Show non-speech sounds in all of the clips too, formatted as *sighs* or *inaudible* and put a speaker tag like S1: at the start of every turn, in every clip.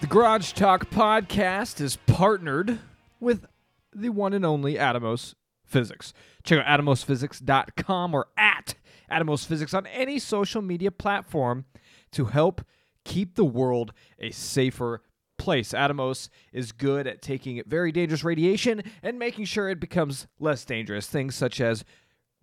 S1: The Garage Talk podcast is partnered with the one and only Atomos Physics. Check out atomosphysics.com or at Atomos Physics on any social media platform to help keep the world a safer place. Atomos is good at taking very dangerous radiation and making sure it becomes less dangerous. Things such as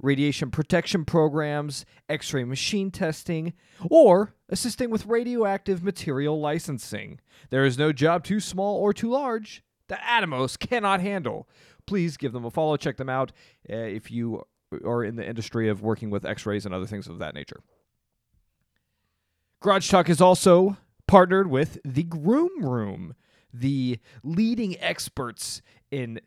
S1: radiation protection programs, x ray machine testing, or assisting with radioactive material licensing. There is no job too small or too large that Atomos cannot handle. Please give them a follow, check them out uh, if you are in the industry of working with x rays and other things of that nature. Garage Talk is also partnered with the Groom Room, the leading experts in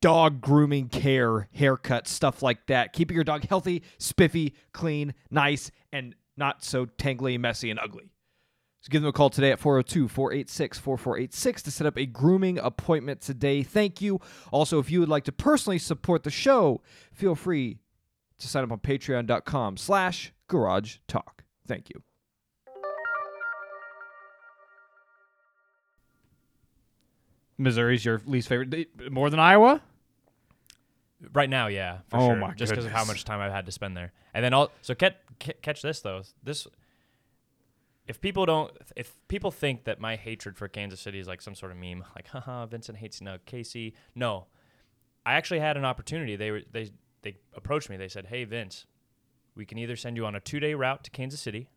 S1: dog grooming care, haircut, stuff like that. Keeping your dog healthy, spiffy, clean, nice, and not so tangly, messy, and ugly. So give them a call today at 402 486 4486 to set up a grooming appointment today. Thank you. Also, if you would like to personally support the show, feel free to sign up on patreon.com slash garage talk. Thank you. Missouri's your least favorite, more than Iowa?
S2: Right now, yeah, for
S1: Oh
S2: sure.
S1: my
S2: just because of how
S1: goodness.
S2: much time I've had to spend there, and then all so catch, catch this though. This, if people don't, if people think that my hatred for Kansas City is like some sort of meme, *laughs* like haha, Vincent hates no Casey. No, I actually had an opportunity. They were they they approached me. They said, hey Vince, we can either send you on a two day route to Kansas City,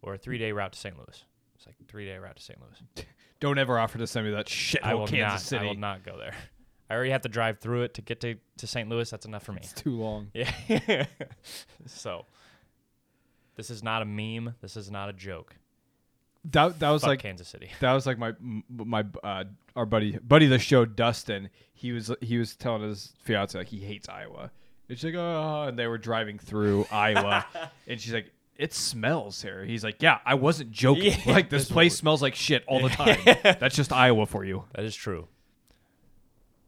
S2: or a three day route to St. Louis. It's like three day route to St. Louis.
S1: Don't ever offer to send me that shit.
S2: I will
S1: Kansas
S2: not.
S1: City.
S2: I will not go there. *laughs* I already have to drive through it to get to, to St. Louis. That's enough for me.
S1: It's too long.
S2: Yeah. *laughs* so this is not a meme. This is not a joke.
S1: That that was
S2: Fuck
S1: like
S2: Kansas City. *laughs*
S1: that was like my m- my uh, our buddy buddy of the show Dustin. He was he was telling his fiance like he hates Iowa. And she's like, oh, and they were driving through Iowa, and she's like, it smells here. He's like, yeah, I wasn't joking.
S2: Yeah,
S1: like this
S2: this
S1: place smells like shit all the time. That's just Iowa for you.
S2: That is true.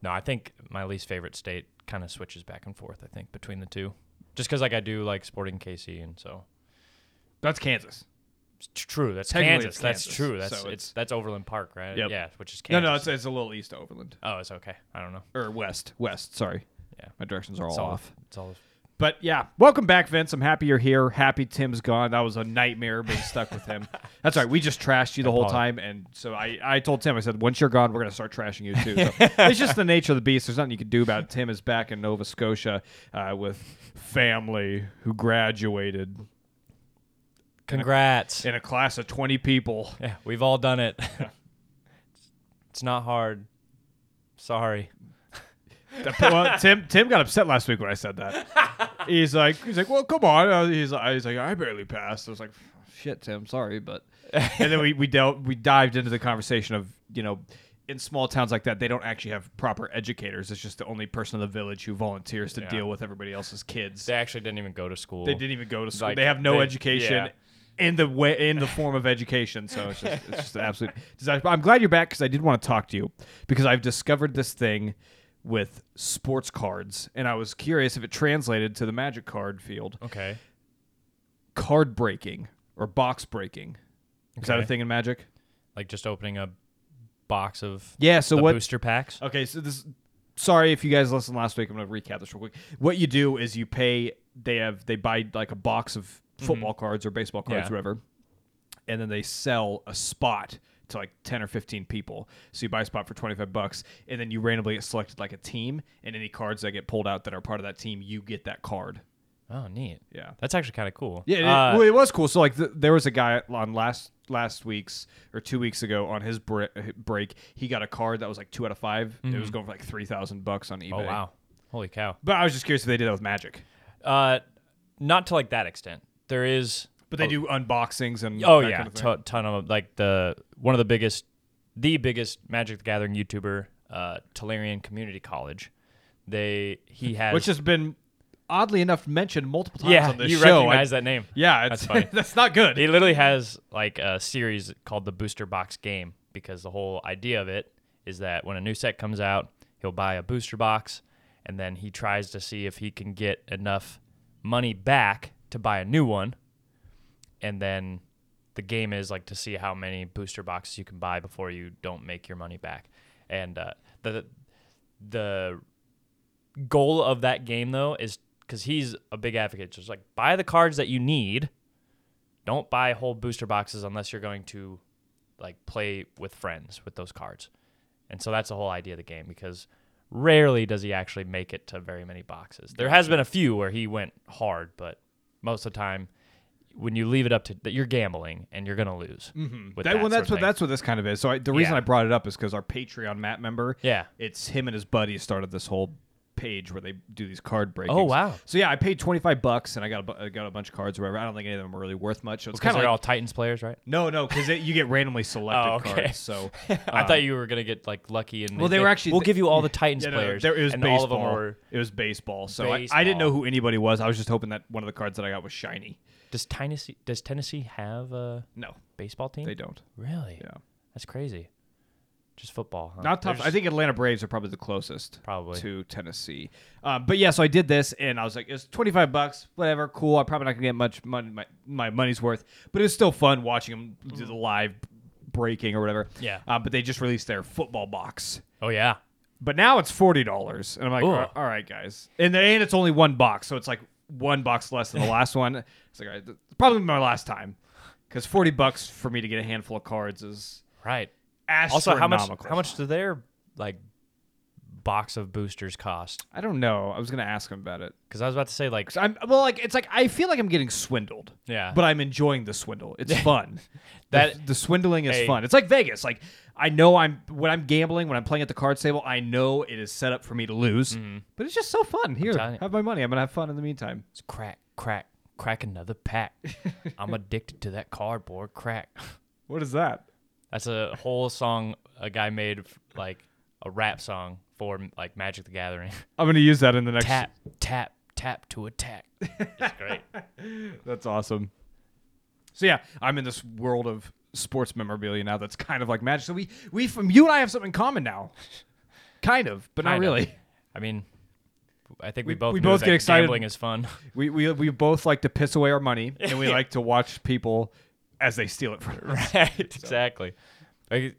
S2: No, I think my least favorite state kind of switches back and forth, I think, between the two. Just because, like, I do like Sporting KC, and so.
S1: That's Kansas.
S2: It's tr- true. That's
S1: Technically,
S2: Kansas.
S1: it's
S2: That's
S1: Kansas,
S2: true. That's
S1: so
S2: it's,
S1: it's-
S2: that's Overland Park, right?
S1: Yep.
S2: Yeah, which is Kansas.
S1: No, no, it's, it's a little east of Overland
S2: oh, it's okay. I don't know.
S1: or west. West, sorry.
S2: Yeah.
S1: My directions are
S2: It's
S1: all
S2: all
S1: off.
S2: It's all.
S1: But yeah, welcome back, Vince. I'm happy you're here. Happy Tim's gone. That was a nightmare being stuck with him. That's right. We just trashed you the whole
S2: Apollo.
S1: time, and so I, I told Tim, I said, once you're gone, we're gonna start trashing you too. So it's just the nature of the beast. There's nothing you can do about it. Tim is back in Nova Scotia uh, with family who graduated
S2: Congrats.
S1: in a class of 20 people.
S2: Yeah, we've all done it. *laughs* it's not hard. Sorry.
S1: That- *laughs* well, Tim Tim got upset last week when I said that. He's like he's like, well, come on. Uh, He's like, he's like, I barely passed. I was like, shit, Tim, sorry, but. and then we we dealt we dived into the conversation of you know. In small towns like that, they don't actually have proper educators. It's just the only person in the village who volunteers to
S2: Yeah.
S1: deal with everybody else's kids.
S2: They actually didn't even go to school.
S1: They didn't even go to school.
S2: Like,
S1: they have no
S2: they-
S1: education
S2: yeah.
S1: in the way in the form of education. So it's just, it's
S2: *laughs*
S1: just an absolute. Disaster. I'm glad you're back because I did want to talk to you because I've discovered this thing with sports cards, and I was curious if it translated to the Magic card field.
S2: Okay.
S1: Card breaking or box breaking. Is that a
S2: Okay.
S1: thing in Magic?
S2: Like just opening a box of
S1: Yeah. So
S2: the
S1: what?
S2: booster packs.
S1: Okay, so this. Sorry if you guys listened last week. I'm going to recap this real quick. What you do is you pay. They have they buy like a box of football cards or baseball cards,
S2: Yeah.
S1: whatever, and then they sell a spot to like ten or fifteen people. So you buy a spot for twenty five bucks, and then you randomly get selected like a team. And any cards that get pulled out that are part of that team, you get that card.
S2: Oh, neat.
S1: Yeah.
S2: That's actually kind of cool.
S1: Yeah, it,
S2: Uh,
S1: well, it was cool. So like, th there was a guy on last last week's or two weeks ago on his bre- break. He got a card that was like two out of 5 It was going for like three thousand bucks on eBay.
S2: oh wow. Holy cow.
S1: But I was just curious if they did that with Magic.
S2: Uh, not to like that extent. There is.
S1: But they do unboxings and
S2: Oh
S1: that
S2: yeah,
S1: kind of thing.
S2: ton, ton of like the one of the biggest, the biggest Magic the Gathering YouTuber, uh, Tolarian Community College. They
S1: *laughs*
S2: he has
S1: which has been oddly enough mentioned multiple times
S2: yeah
S1: on this
S2: you
S1: show.
S2: recognize
S1: I-
S2: that name
S1: Yeah, *laughs*
S2: That's
S1: it's,
S2: funny.
S1: that's not good.
S2: He literally has like a series called the Booster Box Game because the whole idea of it is that when a new set comes out, he'll buy a booster box and then he tries to see if he can get enough money back to buy a new one. And then the game is like to see how many booster boxes you can buy before you don't make your money back. And uh, the the goal of that game though is because he's a big advocate, just like buy the cards that you need. Don't buy whole booster boxes unless you're going to like play with friends with those cards. And so that's the whole idea of the game because rarely does he actually make it to very many boxes. There has been a few where he went hard, but most of the time when you leave it up to that you're gambling and you're going to lose. Mm-hmm.
S1: That, well, that's what that's what this kind of is. So I, the reason
S2: Yeah.
S1: I brought it up is because our Patreon Matt member,
S2: Yeah.
S1: it's him and his buddy started this whole page where they do these card breakings.
S2: Oh, wow.
S1: So yeah, I paid twenty five bucks and I got a, bu- I got a bunch of cards. Or whatever. I don't think any of them were really worth much. So it's
S2: It's kind of like
S1: like
S2: all Titans players, right?
S1: no, no, because you get randomly selected
S2: Oh, okay.
S1: cards. So
S2: *laughs*
S1: uh,
S2: I thought you were gonna get like lucky and
S1: Well, they were actually-
S2: Uh, We'll give you
S1: *laughs*
S2: all the Titans
S1: Yeah, no,
S2: players.
S1: there- it was
S2: and
S1: baseball.
S2: all of them were
S1: It was baseball. So I, I didn't know
S2: Baseball.
S1: who anybody was. I was just hoping that one of the cards that I got was shiny.
S2: Does Tennessee does Tennessee have a
S1: No,
S2: baseball team?
S1: they don't.
S2: Really?
S1: Yeah.
S2: That's crazy. Just football, huh?
S1: Not tough.
S2: They're
S1: I
S2: just-
S1: think Atlanta Braves are probably the closest,
S2: Probably.
S1: to Tennessee. Um, but yeah, so I did this, and I was like, it's twenty five bucks, whatever, cool. I'm probably not gonna get much money, my, my money's worth, but it was still fun watching them do the live breaking or whatever.
S2: Yeah.
S1: Uh, but they just released their football box,
S2: Oh yeah.
S1: but now it's forty dollars, and I'm like,
S2: Ooh.
S1: "All- all right, guys, and they, and it's only one box, so it's like one box less
S2: *laughs*
S1: than the last one. It's like all right, th- probably my last time, because forty bucks for me to get a handful of cards is
S2: Right. Also,
S1: astronomical.
S2: how much? How much do their like box of boosters cost?
S1: I don't know. I was gonna ask him about it.
S2: Because I was about to say like
S1: 'Cause I'm well, like it's like I feel like I'm getting swindled.
S2: Yeah.
S1: But I'm enjoying the swindle.
S2: *laughs*
S1: It's fun. that the,
S2: That-
S1: swindling is
S2: Hey.
S1: fun. It's like Vegas. Like I know I'm when I'm gambling, when I'm playing at the card table, I know it is set up for me to lose. But it's just so fun. Here,
S2: Mm-hmm. telling you.
S1: have my money. I'm gonna have fun in the meantime.
S2: it's crack, crack, crack another *laughs* pack. I'm addicted to that cardboard crack. *laughs*
S1: What is that?
S2: That's a whole song a guy made f- like a rap song for like Magic the Gathering.
S1: I'm gonna use that in the next.
S2: tap, tap, tap
S1: *laughs*
S2: to attack. It's great.
S1: That's awesome. So yeah, I'm in this world of sports memorabilia now. That's kind of like magic. So we we from you and I have something in common
S2: *laughs*
S1: now. Kind of, but not
S2: Kinda.
S1: really.
S2: I mean, I think we,
S1: We-
S2: both
S1: we
S2: knew
S1: both
S2: that
S1: get excited.
S2: Gambling
S1: *laughs*
S2: is fun. *laughs*
S1: We, we we both like to piss away our money, and we like to watch people as they steal it from us.
S2: right. Exactly. Like,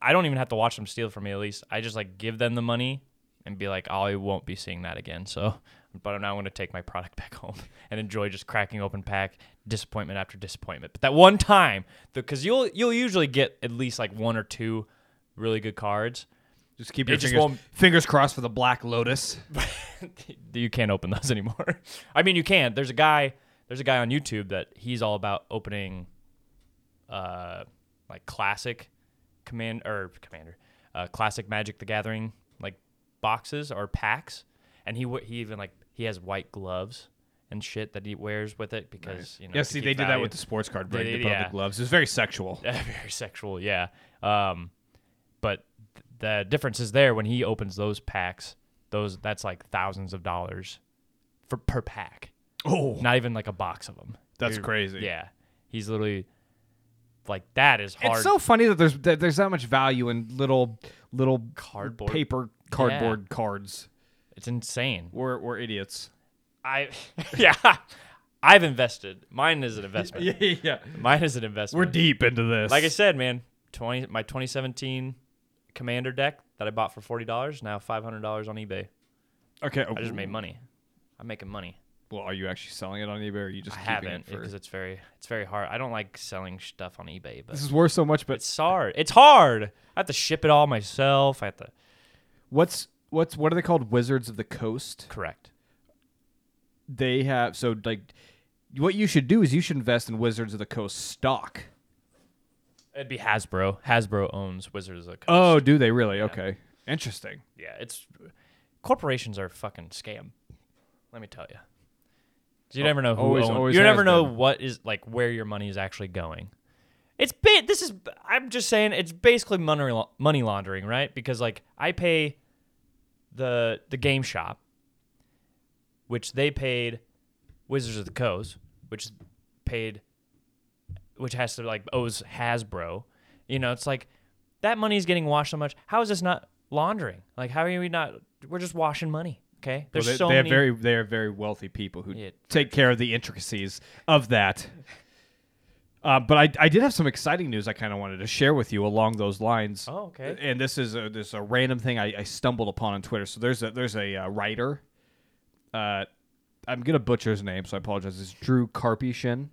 S2: I don't even have to watch them steal from me. At least I just like give them the money and be like, oh, I won't be seeing that again. So, but I'm now going to take my product *laughs* back home and enjoy just cracking open pack disappointment after disappointment. But that one time, because you'll you'll usually get at least like one or two really good cards.
S1: Just keep
S2: It
S1: your
S2: just
S1: fingers,
S2: won't-
S1: fingers crossed for the Black Lotus.
S2: you can't open *laughs* those anymore. I mean, you can. There's a guy. There's a guy on YouTube that he's all about opening, uh, like classic, command or commander, uh, classic Magic the Gathering like boxes or packs, and he w- he even like he has white gloves and shit that he wears with it because you know.
S1: yeah,
S2: to
S1: see,
S2: keep
S1: they did that
S2: value. *laughs*
S1: with the sports card break.
S2: They
S1: They,
S2: did,
S1: put on
S2: yeah.
S1: the gloves. It was very sexual.
S2: very sexual. Yeah. Um, but th- the difference is there when he opens those packs. Those that's like thousands of dollars for per pack.
S1: Oh,
S2: Not even like a box of them.
S1: That's crazy.
S2: Yeah, he's literally like that is hard.
S1: it's so funny that there's that there's that much value in little little
S2: Cardboard.
S1: paper cardboard cards.
S2: it's insane.
S1: We're we're
S2: *laughs*
S1: idiots.
S2: I yeah, I've invested. Mine is
S1: *laughs*
S2: an investment.
S1: yeah,
S2: Mine is an
S1: we're
S2: investment.
S1: deep into this.
S2: like I said, man. Twenty my 2017 Commander deck that I bought for forty dollars now five hundred dollars on eBay.
S1: okay,
S2: I just made money. I'm making money.
S1: Well, are you actually selling it on eBay, or are you just
S2: I
S1: keeping it
S2: haven't
S1: for?
S2: because it's very it's very hard. I don't like selling stuff on eBay, but
S1: this is worth so much, but
S2: it's hard. It's hard. I have to ship it all myself. I have to
S1: what's what's what are they called? Wizards of the Coast.
S2: correct.
S1: they have so like what you should do is you should invest in Wizards of the Coast stock.
S2: It'd be Hasbro. Hasbro owns Wizards of the Coast.
S1: Oh, do they really? Okay. Interesting.
S2: yeah, it's corporations are a fucking scam. Let me tell you. You never know who
S1: Oh, always-
S2: own-
S1: always
S2: You
S1: has
S2: never know
S1: been.
S2: what is like where your money is actually going. It's bit. This is. I'm just saying. It's basically money la- money laundering, right? Because like I pay the the game shop, which they paid Wizards of the Coast, which paid, which has to like owes Hasbro. You know, it's like that money is getting washed so much. How is this not laundering? Like, how are we not? We're just washing money. Okay, there's
S1: Well, they,
S2: so
S1: they
S2: many.
S1: have very they are very wealthy people who
S2: Yeah.
S1: take care of the intricacies of that. Uh, but I, I did have some exciting news I kind of wanted to share with you along those lines.
S2: Oh, okay.
S1: And this is a, this is a random thing I, I stumbled upon on Twitter. So there's a there's a uh, writer. Uh, I'm gonna butcher his name, so I apologize. It's Drew Karpyshyn,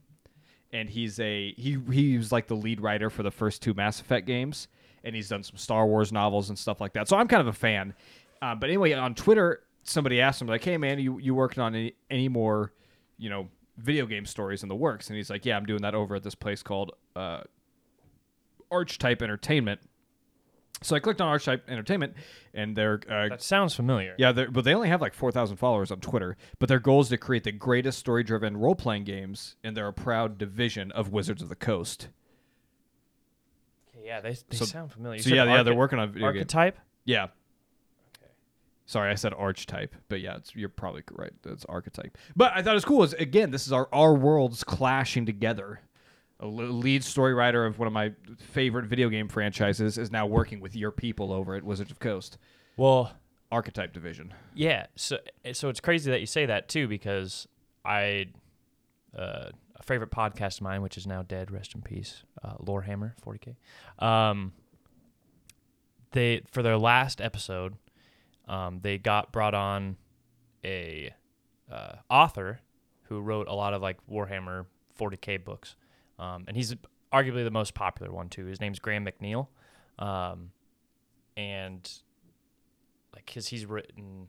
S1: and he's a he he was like the lead writer for the first two Mass Effect games, and he's done some Star Wars novels and stuff like that. So I'm kind of a fan. Uh, but anyway, on Twitter, somebody asked him like, "Hey man, you you working on any, any more, you know, video game stories in the works?" And he's like, "Yeah, I'm doing that over at this place called uh, Archetype Entertainment." So I clicked on Archetype Entertainment, and they're uh,
S2: That sounds familiar.
S1: yeah, they're, but they only have like 4,000 followers on Twitter. But their goal is to create the greatest story driven role playing games, and they're a proud division of Wizards of the Coast.
S2: Okay, yeah, they, they
S1: So-
S2: sound familiar. You
S1: so,
S2: said
S1: yeah, yeah, they're
S2: archety-
S1: working on video games.
S2: archetype.
S1: Yeah. Sorry, I said archetype, but yeah, it's, you're probably right. That's archetype. But I thought it was cool. Is again, this is our our worlds clashing together. A l- lead story writer of one of my favorite video game franchises is now working with your people over at Wizards of Coast
S2: Well,
S1: Archetype Division.
S2: yeah. So so it's crazy that you say that too because I uh, a favorite podcast of mine, which is now dead, rest in peace, uh, Lorehammer 40k. Um, they for their last episode, um, they got brought on a uh, author who wrote a lot of like Warhammer 40k books, um, and he's arguably the most popular one too. His name's Graham McNeil, um, and like because he's written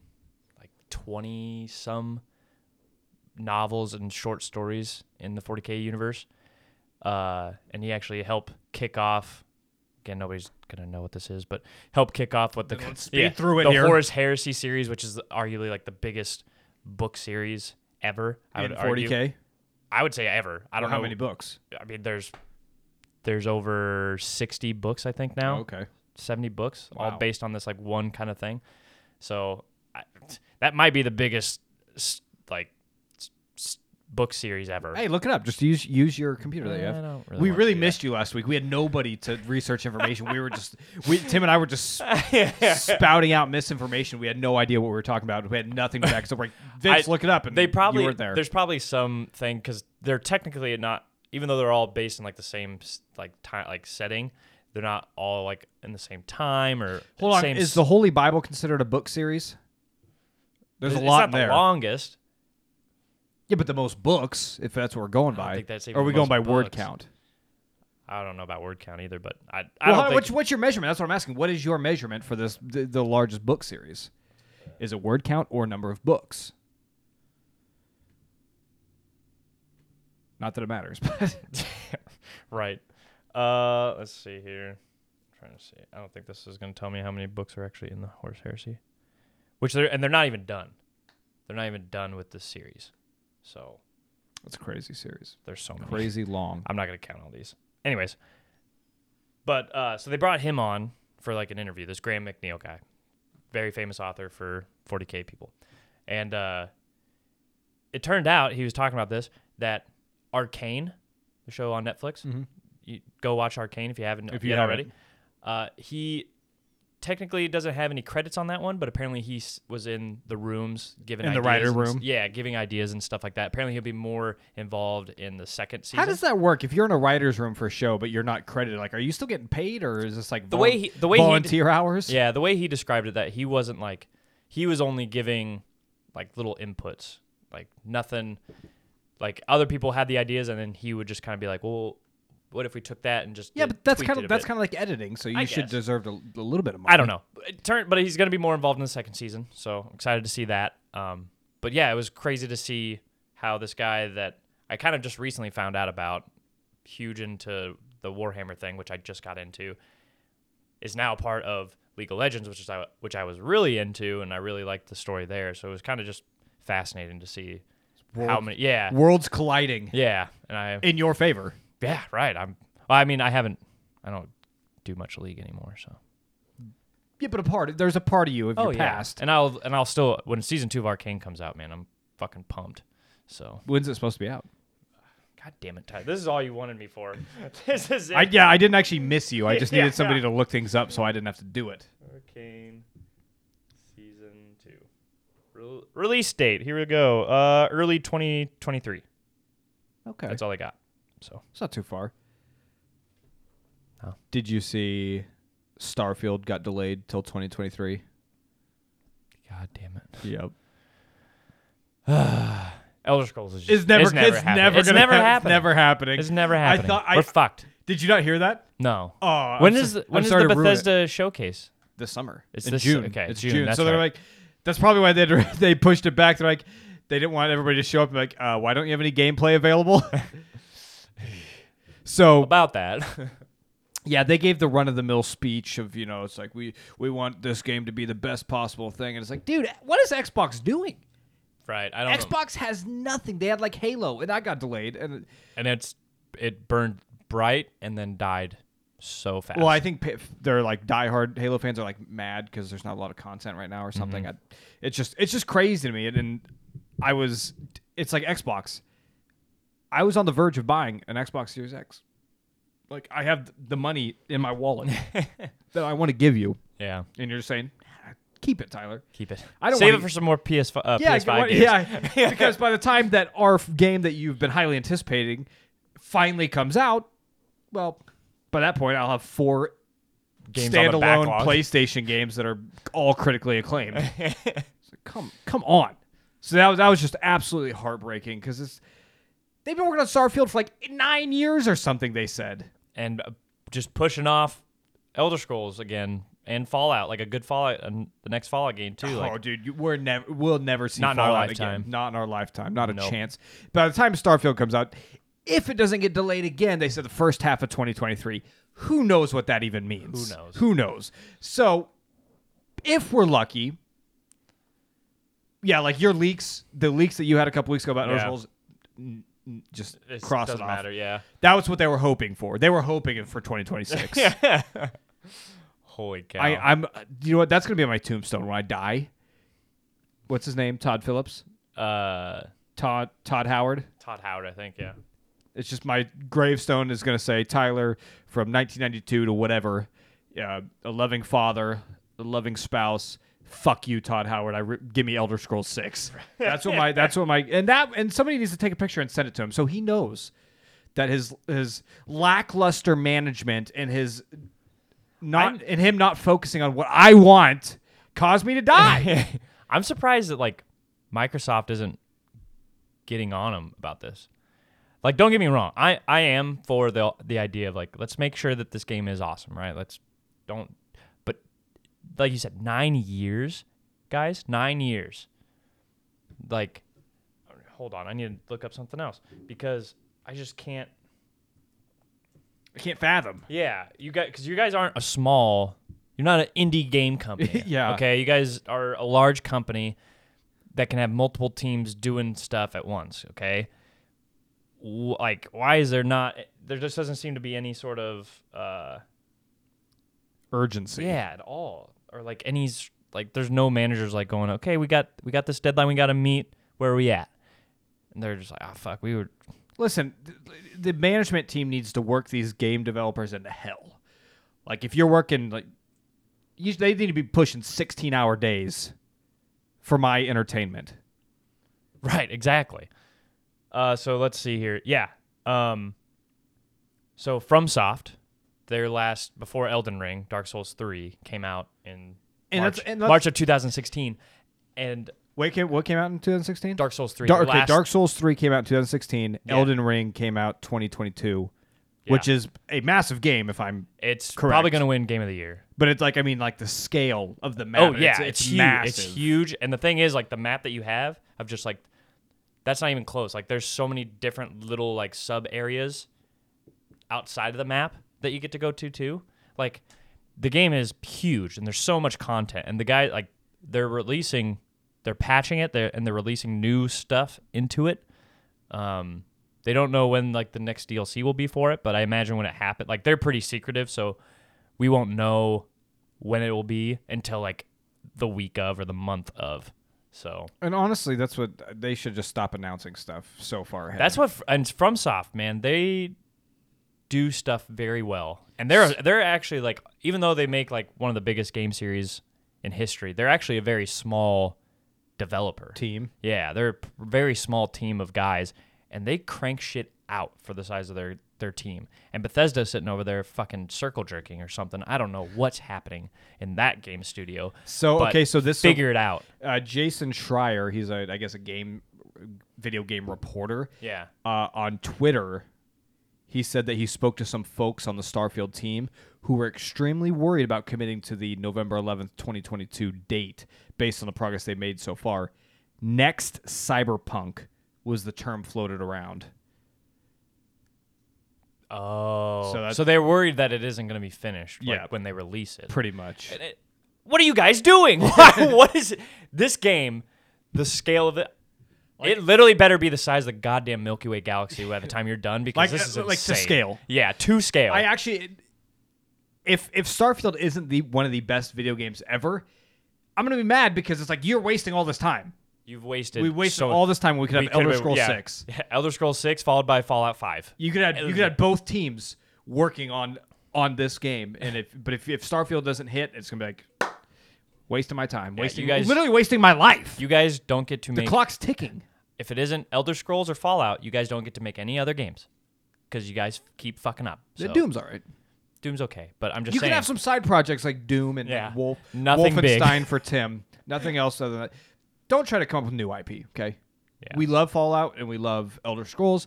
S2: like 20 some novels and short stories in the 40k universe uh, and he actually helped kick off again nobody's gonna know what this is but help kick off what the
S1: Let's speed through it
S2: the
S1: here.
S2: horus heresy series which is arguably like the biggest book series ever i
S1: in
S2: would argue
S1: 40K.
S2: i would say ever i don't
S1: How
S2: know
S1: many books?
S2: i mean there's there's over 60 books i think now
S1: okay.
S2: 70 books
S1: Wow.
S2: all based on this like one kind of thing so I, that might be the biggest s- like s- s- book series ever
S1: Hey, look it up. Just use use your computer that you
S2: I
S1: have.
S2: don't really
S1: we
S2: want to
S1: really
S2: do that.
S1: missed you last week. We had nobody to research information. we were just we Tim and I were
S2: *laughs*
S1: just spouting out misinformation. We had no idea what we were talking about. We had nothing to back.
S2: *laughs*
S1: So we're like, Vince,
S2: I-
S1: look it up. And
S2: they probably
S1: you weren't there.
S2: there's probably some thing because they're technically not even though they're all based in like the same s- like time like setting they're not all like in the same time or
S1: Hold on.
S2: same
S1: Is
S2: s-
S1: the Holy Bible considered a book series? There's a
S2: it's
S1: lot
S2: not
S1: in
S2: the
S1: there.
S2: longest
S1: yeah, but the most books, if that's what we're going
S2: don't
S1: by.
S2: think that's
S1: Or
S2: even
S1: are we
S2: the
S1: going by
S2: most
S1: word
S2: books.
S1: count?
S2: I don't know about word count either but I I
S1: well,
S2: don't
S1: how-
S2: think
S1: what's, what's your measurement? That's what I'm asking. What is your measurement for this the, the largest book series? Is it word count or number of books? Not that it matters, *laughs* but
S2: *laughs* right. Uh, let's see here. I'm trying to see. I don't think this is going to tell me how many books are actually in the Horse Heresy, which they're and they're not even done. They're not even done with this series, so
S1: it's a crazy series.
S2: there's so many.
S1: Crazy long.
S2: I'm not going to count all these. Anyways, but uh, so they brought him on for like an interview. This Graham McNeil guy, very famous author for 40k people, and uh, it turned out he was talking about this that Arcane, the show on Netflix. You go watch Arcane if you haven't
S1: Mm-hmm. If you
S2: yet
S1: haven't.
S2: already. Uh, he technically doesn't have any credits on that one, but apparently he s- was in the rooms giving
S1: In the
S2: ideas
S1: writer
S2: and s-
S1: room?
S2: yeah, giving ideas and stuff like that. Apparently he'll be more involved in the second season.
S1: How does that work? If you're in a writer's room for a show, but you're not credited, like, are you still getting paid, or is this like
S2: The
S1: vol-
S2: way he- the way he d-
S1: volunteer hours?
S2: Yeah, the way he described it, that he wasn't like, he was only giving like little inputs, like nothing. Like other people had the ideas, and then he would just kind of be like, "Well, what if we took that and just
S1: yeah,
S2: did-
S1: but that's
S2: tweaked
S1: kind of
S2: it a
S1: that's
S2: bit?"
S1: kind of like editing, so you
S2: I
S1: should
S2: guess.
S1: deserve a, a little bit of money.
S2: I don't know. It turn, but he's going to be more involved in the second season, so I'm excited to see that. Um, but yeah, it was crazy to see how this guy that I kind of just recently found out about, huge into the Warhammer thing, which I just got into, is now part of League of Legends, which is I, which I was really into, and I really liked the story there. So it was kind of just fascinating to see how
S1: World-
S2: many. Yeah,
S1: Worlds colliding
S2: yeah, and I
S1: in your favor.
S2: yeah right. I'm. Well, I mean, I haven't. I don't do much League anymore, so.
S1: Yeah, but a part there's a part of you if you're
S2: Oh, yeah.
S1: past.
S2: And I'll and I'll still when season two of Arcane comes out, man, I'm fucking pumped. So
S1: When's it supposed to be out?
S2: God damn it, Ty. This is all you wanted me *laughs* for. this is it.
S1: I, yeah, I didn't actually miss you. I just
S2: Yeah.
S1: needed somebody to look things up so I didn't have to do it.
S2: Arcane season two. Rel release date. Here we go. Uh early twenty twenty three.
S1: Okay.
S2: That's all I got. So
S1: It's not too far.
S2: No.
S1: Did you see Starfield got delayed till 2023?
S2: God damn it.
S1: Yep.
S2: Elder Scrolls is just
S1: It's never. It's never.
S2: happening. it's
S1: gonna
S2: never
S1: hap-
S2: happening.
S1: Never happening.
S2: It's never happening.
S1: thought- I-
S2: We're fucked.
S1: Did you not hear that?
S2: No.
S1: Oh,
S2: when
S1: I'm
S2: is
S1: so-
S2: the,
S1: I'm
S2: when is
S1: sorry
S2: the
S1: to ruin it.
S2: Bethesda showcase?
S1: This summer.
S2: It's
S1: in
S2: this-
S1: June.
S2: okay,
S1: It's
S2: June,
S1: June.
S2: that's
S1: So they're
S2: right.
S1: like, that's probably why they *laughs* they pushed it back. They're like, they didn't want everybody to show up. And be like, uh, why don't you have any gameplay available? *laughs* so
S2: About that. *laughs*
S1: Yeah, they gave the run of the mill speech of, you know, it's like we we want this game to be the best possible thing and it's like, dude, what is Xbox doing?
S2: right.
S1: Oh.
S2: I don't know.
S1: Xbox has nothing. They had like Halo and that got delayed and
S2: and it's it burned bright and then died so fast.
S1: well, I think pa- they're like diehard Halo fans are like mad cuz there's not a lot of content right now or something. I, it's just it's just crazy to me and, and I was it's like Xbox. I was on the verge of buying an Xbox Series X. Like I have the money in my *laughs* wallet that I want to give you
S2: yeah,
S1: and you're just saying, "Keep it, Tyler."
S2: keep it.
S1: I don't
S2: save
S1: wanna- e-
S2: it for some more PS uh,
S1: yeah,
S2: PS5
S1: what-
S2: games. *laughs*
S1: yeah. because by the time that our f- game that you've been highly anticipating finally comes out, well, by that point I'll have four
S2: Games on the
S1: standalone
S2: backlog.
S1: PlayStation games that are all critically
S2: *laughs*
S1: acclaimed. So come, come on. So that was that was just absolutely heartbreaking because it's they've been working on Starfield for like nine years or something. They said.
S2: and uh, just pushing off Elder Scrolls again and Fallout, like a good Fallout, and the next Fallout game too.
S1: oh,
S2: like
S1: dude, you, we're never we'll never see
S2: Not in our
S1: Fallout
S2: lifetime.
S1: again. Not in our lifetime. Not a
S2: Nope.
S1: chance. By the time Starfield comes out, if it doesn't get delayed again, they said the first half of 2023. Who knows what that even means?
S2: Who knows?
S1: Who knows? So, if we're lucky, yeah, like your leaks, the leaks that you had a couple weeks ago about
S2: Yeah.
S1: Elder Scrolls, n- n- just
S2: it
S1: cross it
S2: doesn't
S1: off.
S2: matter. Yeah.
S1: That was what they were hoping for. They were hoping it for
S2: *laughs*
S1: 2026.
S2: Holy cow.
S1: I, I'm. You know what? That's gonna be on my tombstone when I die. What's his name? Todd Phillips.
S2: uh,
S1: Todd Todd Howard.
S2: Todd Howard, I think. Yeah.
S1: It's just my gravestone is gonna say Tyler from 1992 to whatever. Uh, a loving father, a loving spouse. Fuck you, Todd Howard. I re- give me Elder Scrolls Six. That's what my. That's what my. And that. And somebody needs to take a picture and send it to him so he knows that his his lackluster management and his not and him not focusing on what I want caused me to die.
S2: I'm surprised that like Microsoft isn't getting on them about this. Like, don't get me wrong. I, I am for the the idea of like let's make sure that this game is awesome, right? Let's don't. But like you said, nine years, guys, nine years. Like, hold on, I need to look up something else because I just can't.
S1: I can't fathom.
S2: Yeah, you guys, because you guys aren't a small, you're not an indie game company.
S1: Yeah.
S2: Okay, you guys are a large company that can have multiple teams doing stuff at once. Okay. W- Like, why is there not? There just doesn't seem to be any sort of uh,
S1: Urgency.
S2: yeah at all, or like any s- like. There's no managers like going, okay, we got we got this deadline, we got to meet. Where are we at? And they're just like, ah, fuck, we were
S1: Listen, th- the management team needs to work these game developers into hell. Like if you're working like you, they need to be pushing 16-hour days for my entertainment.
S2: Right, exactly. Uh, so let's see here. Yeah. Um, so FromSoft, their last before Elden Ring, Dark Souls three came out in
S1: And
S2: March,
S1: that's- and that's-
S2: March of 2016, and
S1: Wait, came, what came out in 2016?
S2: Dark Souls three.
S1: Dark,
S2: their
S1: okay,
S2: last-
S1: Dark Souls 3 came out in 2016.
S2: Yeah.
S1: Elden Ring came out 2022, which
S2: Yeah.
S1: is a massive game if I'm
S2: It's probably
S1: Correct.
S2: going to win Game of the Year.
S1: but it's like I mean like the scale of the map.
S2: oh yeah,
S1: it's,
S2: it's,
S1: it's
S2: huge.
S1: massive.
S2: It's huge. And the thing is, like the map that you have of just like that's not even close. Like there's so many different little like sub areas outside of the map that you get to go to too. Like the game is huge and there's so much content. And the guy like they're releasing, they're patching it, they're, and they're releasing new stuff into it. Um, they don't know when like the next DLC will be for it, but I imagine when it happens, like they're pretty secretive, so we won't know when it will be until like the week of or the month of. So
S1: And honestly, that's what they should just stop announcing stuff so far ahead.
S2: that's what and FromSoft man, they do stuff very well, and they're they're actually like even though they make like one of the biggest game series in history, they're actually a very small developer
S1: team.
S2: Yeah, they're a p- very small team of guys, and they crank shit out for the size of their their team. And Bethesda's sitting over there fucking circle jerking or something. I don't know what's happening in that game studio.
S1: So,
S2: but
S1: okay, so this- so-
S2: figure it out.
S1: Uh, Jason Schreier, he's a I guess a game video game reporter.
S2: Yeah.
S1: Uh, on Twitter, he said that he spoke to some folks on the Starfield team who were extremely worried about committing to the November 11th, 2022 date based on the progress they made so far. Next cyberpunk was the term floated around.
S2: Oh.
S1: So
S2: So,
S1: that's-
S2: they're worried that it isn't going to be finished like,
S1: Yeah.
S2: when they release it.
S1: Pretty much.
S2: And it- What are you guys
S1: *laughs*
S2: doing? *laughs* what is it? this game? The scale of it. it literally better be the size of the goddamn Milky Way galaxy by the time you're done because
S1: Like,
S2: this is
S1: uh, like to
S2: insane.
S1: scale.
S2: Yeah, to scale.
S1: I actually, if if Starfield isn't the one of the best video games ever, I'm gonna be mad because it's like you're wasting all this time.
S2: You've wasted.
S1: We wasted
S2: so-
S1: all this time. when We could
S2: we
S1: have Elder
S2: could've-
S1: Scrolls
S2: yeah.
S1: Six.
S2: Yeah, *laughs* Elder Scrolls Six followed by Fallout Five.
S1: You could have you could have both teams working on on this game, and if but if, if Starfield doesn't hit, it's gonna be like wasting my time, wasting
S2: you guys-
S1: literally wasting my life.
S2: You guys don't get to
S1: the
S2: make
S1: clock's ticking.
S2: if it isn't Elder Scrolls or Fallout. You guys don't get to make any other games because you guys keep fucking up.
S1: The
S2: So,
S1: Doom's all right.
S2: Doom's okay, but I'm just
S1: You
S2: saying.
S1: can have some side projects like Doom and
S2: Yeah.
S1: Wolf,
S2: Nothing big.
S1: Wolfenstein
S2: *laughs*
S1: for Tim. Nothing else other than that. Don't try to come up with new IP. Okay,
S2: Yeah.
S1: we love Fallout and we love Elder Scrolls.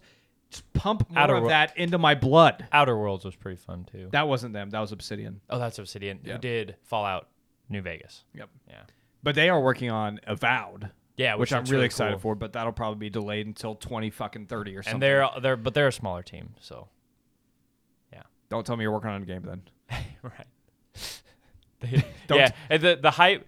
S1: Just pump more
S2: Outer
S1: of
S2: Wor-
S1: that into my blood.
S2: Outer Worlds was pretty fun too.
S1: That wasn't them. That was Obsidian.
S2: Oh, that's Obsidian.
S1: Yeah.
S2: Who did Fallout New Vegas?
S1: Yep.
S2: Yeah.
S1: But they are working on Avowed.
S2: Yeah,
S1: which,
S2: which
S1: I'm
S2: looks
S1: really,
S2: really
S1: excited
S2: cool.
S1: for. But that'll probably be delayed until 20 fucking 30 or something.
S2: And they're they're but they're a smaller team, so yeah.
S1: don't tell me you're working on a game then.
S2: *laughs* right. They-
S1: *laughs* Don't-
S2: yeah, and the the hype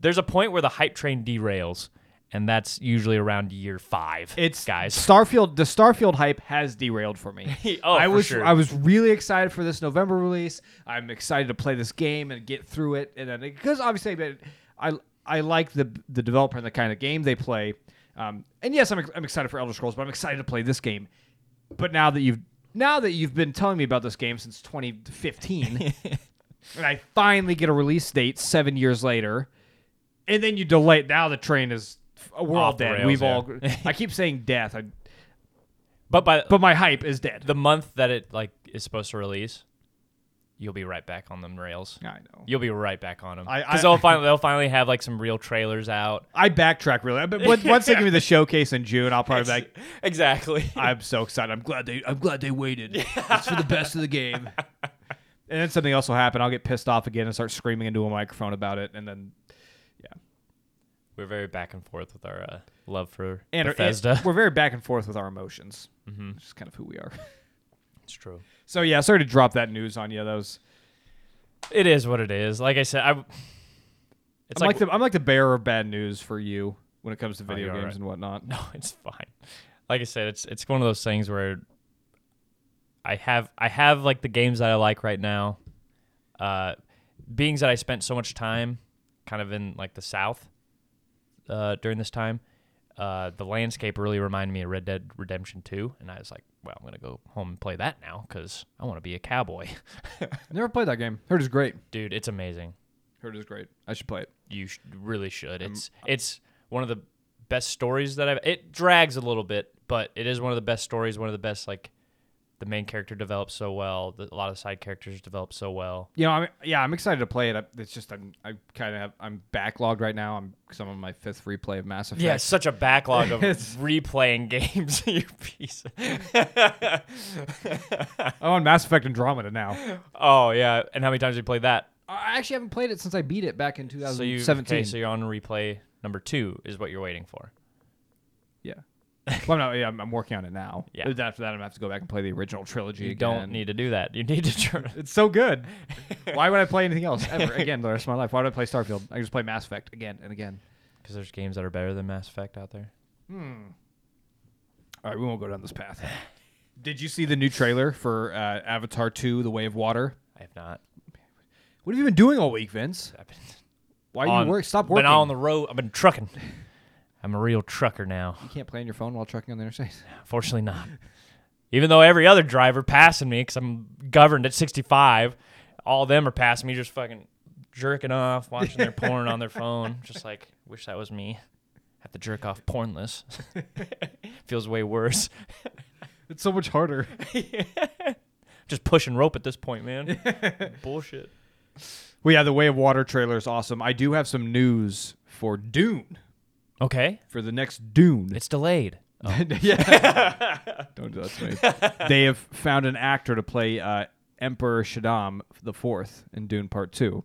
S2: there's a point where the hype train derails, and that's usually around year 5.
S1: It's
S2: guys.
S1: Starfield. The Starfield hype has derailed for *laughs* me.
S2: Oh,
S1: I
S2: for
S1: was
S2: sure.
S1: I was really excited for this November release. I'm excited to play this game and get through it, and then because obviously, but I I like the the developer and the kind of game they play. Um, and yes, I'm ex- I'm excited for Elder Scrolls, but I'm excited to play this game. But now that you've now that you've been telling me about this game since *laughs* 2015, and I finally get a release date seven years later, and then you delay. it. Now the train is we're all
S2: Off the
S1: dead.
S2: rails,
S1: We've
S2: yeah.
S1: all.
S2: *laughs*
S1: I keep saying death, I,
S2: but by
S1: but my hype is dead.
S2: the month that it like is supposed to release, you'll be right back on them rails.
S1: I know.
S2: You'll be right back on them
S1: I- I- *laughs*
S2: because they'll finally they'll finally have like some real trailers out.
S1: I backtrack really. But
S2: *laughs*
S1: once- once they give me the showcase in June, I'll probably be like,
S2: exactly.
S1: I'm so excited. I'm glad they. I'm glad they waited. it's for the best of the
S2: *laughs*
S1: game. And then something else will happen. I'll get pissed off again and start screaming into a microphone about it. And then
S2: *laughs* We're very back and forth with our uh, love for
S1: and
S2: Bethesda.
S1: we're very back and forth with our emotions. Mm-hmm. It's just kind of who we are.
S2: *laughs*
S1: *laughs*
S2: it's true.
S1: So yeah, sorry to drop that news on you. That was.
S2: It is what it is. Like I said, I. It's
S1: I'm like,
S2: like,
S1: Oh, the I'm like the bearer of bad news for you when it comes to video
S2: you're
S1: games
S2: alright.
S1: and whatnot. *laughs*
S2: *laughs* no, it's fine. Like I said, it's it's one of those things where I have I have like the games that I like right now. Uh, beings that I spent so much time, kind of in like the South, uh, during this time, uh, the landscape really reminded me of Red Dead Redemption Two, and I was like, well, I'm gonna go home and play that now because I want to be a cowboy, *laughs*
S1: Never played that game. Heard is great.
S2: dude. It's amazing.
S1: Heard is great. I should play it.
S2: you sh- really should. It's it's one of the best stories that I've. It drags a little bit, but it is one of the best stories. One of the best like the main character develops so well. The, a lot of side characters develop so well.
S1: you know, I'm, yeah, I'm excited to play it. I, it's just I'm I kind of have I'm backlogged right now. I'm because I'm on my fifth replay of Mass Effect.
S2: Yeah, it's such a backlog of
S1: It's-
S2: replaying *laughs* games. you piece.
S1: I'm on Mass Effect Andromeda now.
S2: oh yeah, and how many times have you played that?
S1: I actually haven't played it since I beat it back in
S2: So you
S1: 2017.
S2: okay, so you're on replay number two is what you're waiting for.
S1: yeah. well, no, yeah, I'm, I'm working on it now.
S2: *laughs* Yeah.
S1: Then After that, I'm gonna have to go back and play the original trilogy.
S2: You
S1: again.
S2: don't need to do that. You need to *laughs* turn.
S1: *laughs* It's so good. Why would I play anything else
S2: *laughs*
S1: ever again the rest of my life? Why would I play Starfield? I just play Mass Effect again and again.
S2: Because there's games that are better than Mass Effect out there.
S1: All right, we won't go down this path. Did you see the new trailer for uh, Avatar 2: The Way of Water?
S2: I have not.
S1: What have you been doing all week, Vince?
S2: I've been
S1: Why
S2: on-
S1: you work? Stop
S2: Been
S1: working.
S2: on the road. I've been trucking. I'm a real trucker now.
S1: You can't play on your phone while trucking on the interstate.
S2: *laughs* Fortunately, not. Even though every other driver passing me, because I'm governed at 65, all them are passing me, just
S1: *laughs*
S2: fucking jerking off, watching their porn on their phone. Just like, wish that was me. have to jerk off pornless. *laughs* Feels way worse.
S1: It's so much harder.
S2: Just pushing rope at this point, man.
S1: *laughs*
S2: Bullshit.
S1: *laughs* Well, yeah, the Way of Water trailer is awesome. I do have some news for Dune,
S2: Okay,
S1: for the next Dune.
S2: it's delayed. Oh,
S1: *laughs* yeah.
S2: *laughs*
S1: Don't do that to me. They have found an actor to play uh, Emperor Shaddam the Fourth in Dune Part Two.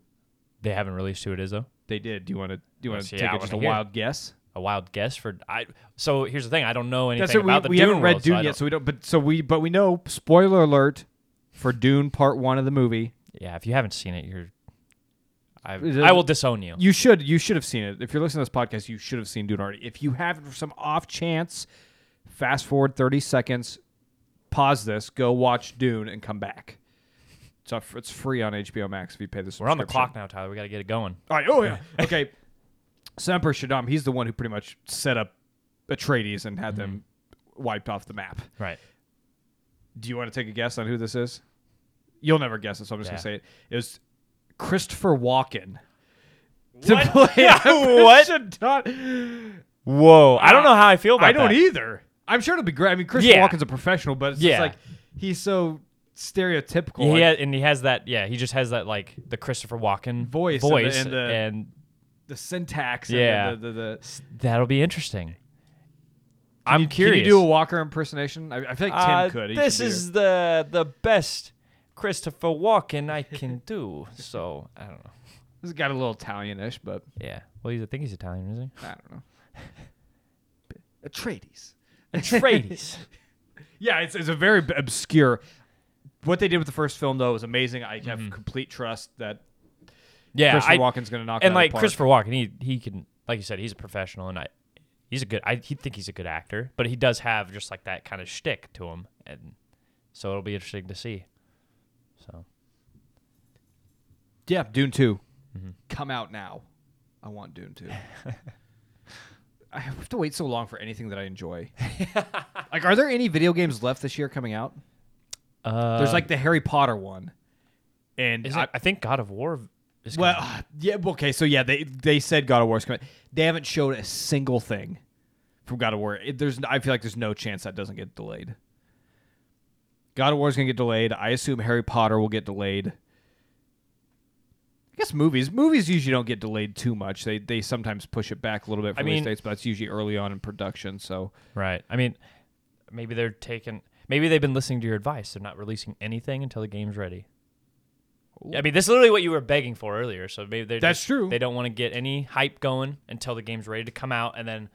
S2: they haven't released who it is though.
S1: They did. Do you want to? Do you want
S2: Let's
S1: to
S2: see,
S1: take
S2: I
S1: it just a
S2: wanna hear.
S1: wild guess?
S2: A wild guess for I. So here's the thing: I don't know anything
S1: That's it. We,
S2: about the
S1: we
S2: Dune
S1: haven't read
S2: world, so I
S1: Dune yet,
S2: don't-
S1: so we don't. But so we, but we know. Spoiler alert for Dune Part One of the movie.
S2: yeah, if you haven't seen it, you're. I,
S1: Is it-
S2: I will disown you.
S1: You should you should have seen it. If you're listening to this podcast, you should have seen Dune already. If you haven't, for some off chance, fast forward 30 seconds, pause this, go watch Dune, and come back. It's up, it's free on HBO Max if you pay this.
S2: We're on the clock now, Tyler. We got to get it going.
S1: All right. Oh yeah. okay. So Emperor Shaddam, he's the one who pretty much set up Atreides and had them
S2: Mm-hmm.
S1: wiped off the map.
S2: Right.
S1: Do you want to take a guess on who this is? You'll never guess it, so I'm just
S2: Yeah.
S1: gonna say it. It was Christopher Walken. To
S2: *laughs*
S1: play Emperor
S2: What?
S1: Shaddam.
S2: Whoa. I don't know how I feel about
S1: I don't
S2: that.
S1: either. I'm sure it'll be great. I mean, Chris
S2: Yeah.
S1: Walken's a professional, but it's
S2: Yeah.
S1: just like he's so stereotypical.
S2: Yeah,
S1: Like,
S2: he has, and he has that. Yeah, he just has that like the Christopher Walken
S1: Voice and the-
S2: voice,
S1: and the-
S2: and
S1: the syntax.
S2: Yeah.
S1: And the, the, the, the,
S2: that'll be interesting. I'm curious.
S1: Can you do a Walker impersonation? I, I feel like Tim
S2: Uh,
S1: could. He
S2: This
S1: should do
S2: is the the best Christopher Walken I can
S1: *laughs*
S2: do. So I don't know.
S1: it. He's got a little Italianish, but
S2: Yeah. Well, he's, I think he's Italian, isn't
S1: I don't
S2: *laughs*
S1: know. Atreides.
S2: he? Atreides.
S1: Yeah, it's, it's a very b- obscure. What they did with the first film though was amazing. I have complete trust that
S2: Mm-hmm. yeah.
S1: Christopher
S2: I-
S1: Walken's going to knock it out
S2: and
S1: of
S2: like
S1: the park.
S2: Christopher Walken, he he can like you said, he's a professional, and I he's a good. I he think he's a good actor, but he does have just like that kind of shtick to him, and so it'll be interesting to see. So
S1: Yeah, Dune 2
S2: Mm-hmm.
S1: Come out now. I want Dune
S2: *laughs*
S1: two. I have to wait so long for anything that I
S2: *laughs*
S1: enjoy. like, are there any video games left this year coming out?
S2: uh,
S1: There's like the Harry Potter one, and
S2: is
S1: I,
S2: it, I think God of War is coming
S1: well, *sighs* yeah, okay, so yeah, they they said God of War's coming. They haven't showed a single thing from God of War. It, there's, I feel like there's no chance that doesn't get delayed. God of War's gonna get delayed. I assume Harry Potter will get delayed. I guess movies. Movies usually don't get delayed too much. They they sometimes push it back a little bit for
S2: I
S1: release
S2: mean-
S1: dates, but that's usually early on in production. So
S2: Right. I mean, maybe they're taking. Maybe they've been listening to your advice. They're not releasing anything until the game's ready. I mean, this is literally what you were begging for earlier. So maybe they're
S1: That's
S2: just-
S1: true.
S2: They don't want to get any hype going until the game's ready to come out, and then,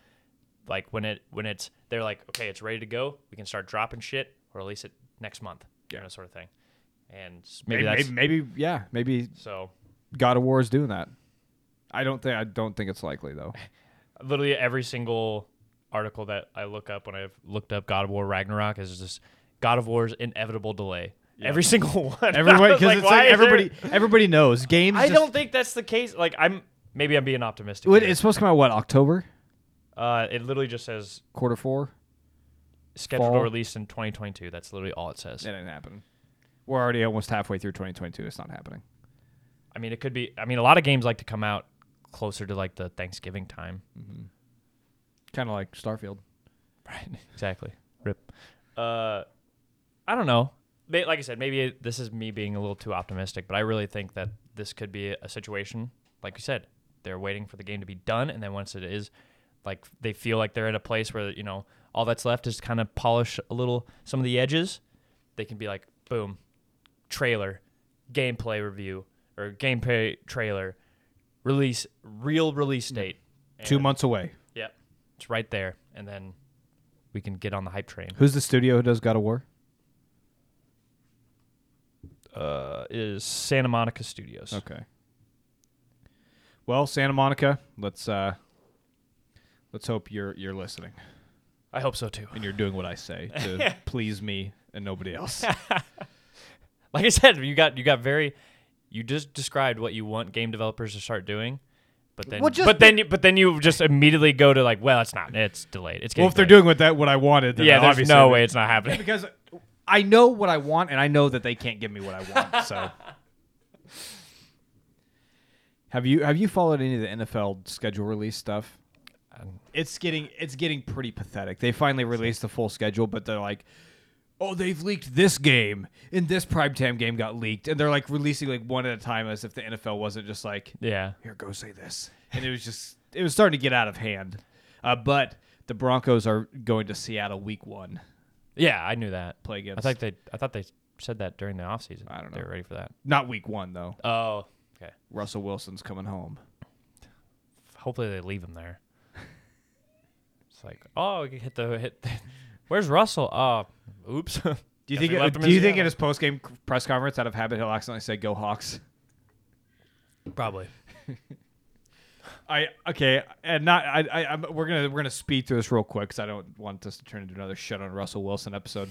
S2: like when it when it's they're like, okay, it's ready to go. We can start dropping shit or release it next month. Yeah, you know, sort of thing. And s- maybe, that's
S1: maybe, maybe yeah, maybe
S2: so.
S1: God of War is doing that. I don't think I don't think it's likely though.
S2: Literally every single article that I look up when I've looked up God of War Ragnarok is just God of War's inevitable delay. Every single *laughs* one.
S1: Everybody,
S2: *laughs* I was
S1: because it's
S2: why
S1: like
S2: is there-
S1: everybody, everybody knows games.
S2: *laughs* I
S1: just-
S2: don't think that's the case. Like I'm maybe I'm being optimistic.
S1: Wait,
S2: here.
S1: it's supposed to come out what October,
S2: Uh, it literally just says
S1: quarter four.
S2: scheduled
S1: Fall.
S2: to release in 2022. That's literally all it says.
S1: That didn't happen. We're already almost halfway through 2022. It's not happening.
S2: I mean, it could be. I mean, a lot of games like to come out closer to like the Thanksgiving time.
S1: Kind of like Starfield.
S2: Right. exactly. Rip. Uh, I don't know. May like I said, maybe it- this is me being a little too optimistic, but I really think that this could be a situation. Like you said, they're waiting for the game to be done, and then once it is, like they feel like they're at a place where you know all that's left is kind of polish a little some of the edges. They can be like, boom, trailer, gameplay review, or gameplay trailer, release, real release date.
S1: Two
S2: and-
S1: months away.
S2: Yep. It's right there. And then we can get on the hype train.
S1: Who's the studio who does God of War?
S2: Uh, is Santa Monica Studios.
S1: Okay. Well, Santa Monica, let's uh, let's hope you're you're listening
S2: I hope so too. *laughs*
S1: and you're doing what I say to please me and nobody
S2: *laughs*
S1: else.
S2: Like I said, you got you got very you just described what you want game developers to start doing. But then
S1: Well, just
S2: but then you, but then you just immediately go to like, well, it's not. It's delayed. It's
S1: well,
S2: getting
S1: if they're
S2: delayed.
S1: doing what that what I wanted, then
S2: Yeah, there's
S1: obviously
S2: no way it's not
S1: *laughs*
S2: happening.
S1: because I know what I want and I know that they can't give me what I want. So *laughs* have you have you followed any of the NFL schedule release stuff?
S2: I
S1: it's getting it's getting pretty pathetic. They finally released the full schedule, but they're like, oh, they've leaked this game and this primetime game got leaked, and they're like releasing like one at a time as if the NFL wasn't just like,
S2: Yeah.
S1: here, go say this, and it was just it was starting to get out of hand. Uh, but the Broncos are going to Seattle Week One
S2: Yeah, I knew that.
S1: play
S2: I
S1: against.
S2: thought they I thought they said that during the offseason.
S1: I don't
S2: They
S1: know.
S2: were ready for that.
S1: not Week One though.
S2: Oh, okay.
S1: Russell Wilson's coming home.
S2: Hopefully they leave him there. It's like, oh, we can hit the hit. The, where's Russell? Oh, oops.
S1: *laughs* Do you think? It, do you think in his post game press conference, out of habit, he'll accidentally say "Go Hawks"?
S2: probably?
S1: I okay, and not I. I I'm, we're gonna we're gonna speed through this real quick because I don't want this to turn into another shit on Russell Wilson episode.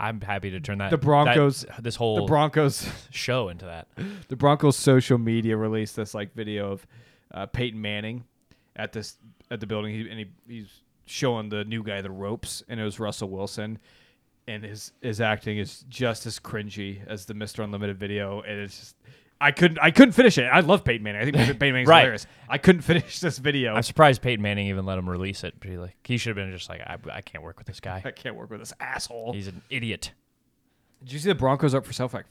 S2: I'm happy to turn that
S1: The
S2: that-
S1: Broncos-
S2: this whole
S1: The Broncos,
S2: show
S1: *laughs*
S2: into that.
S1: the Broncos social media released this like video of uh, Peyton Manning at this at the building, he, and he, he's showing the new guy the ropes, and it was Russell Wilson, and his his acting is just as cringy as the Mister Unlimited video, and it's just. I couldn't. I couldn't finish it. I love Peyton Manning. I think
S2: *laughs*
S1: Peyton Manning's
S2: Right.
S1: hilarious. I couldn't *laughs* finish this video.
S2: I'm surprised Peyton Manning even let him release it. Be like, he should have been just like, I, I can't work with this
S1: I
S2: guy.
S1: can't work with this asshole.
S2: He's an idiot.
S1: Did you see the Broncos up for self? Like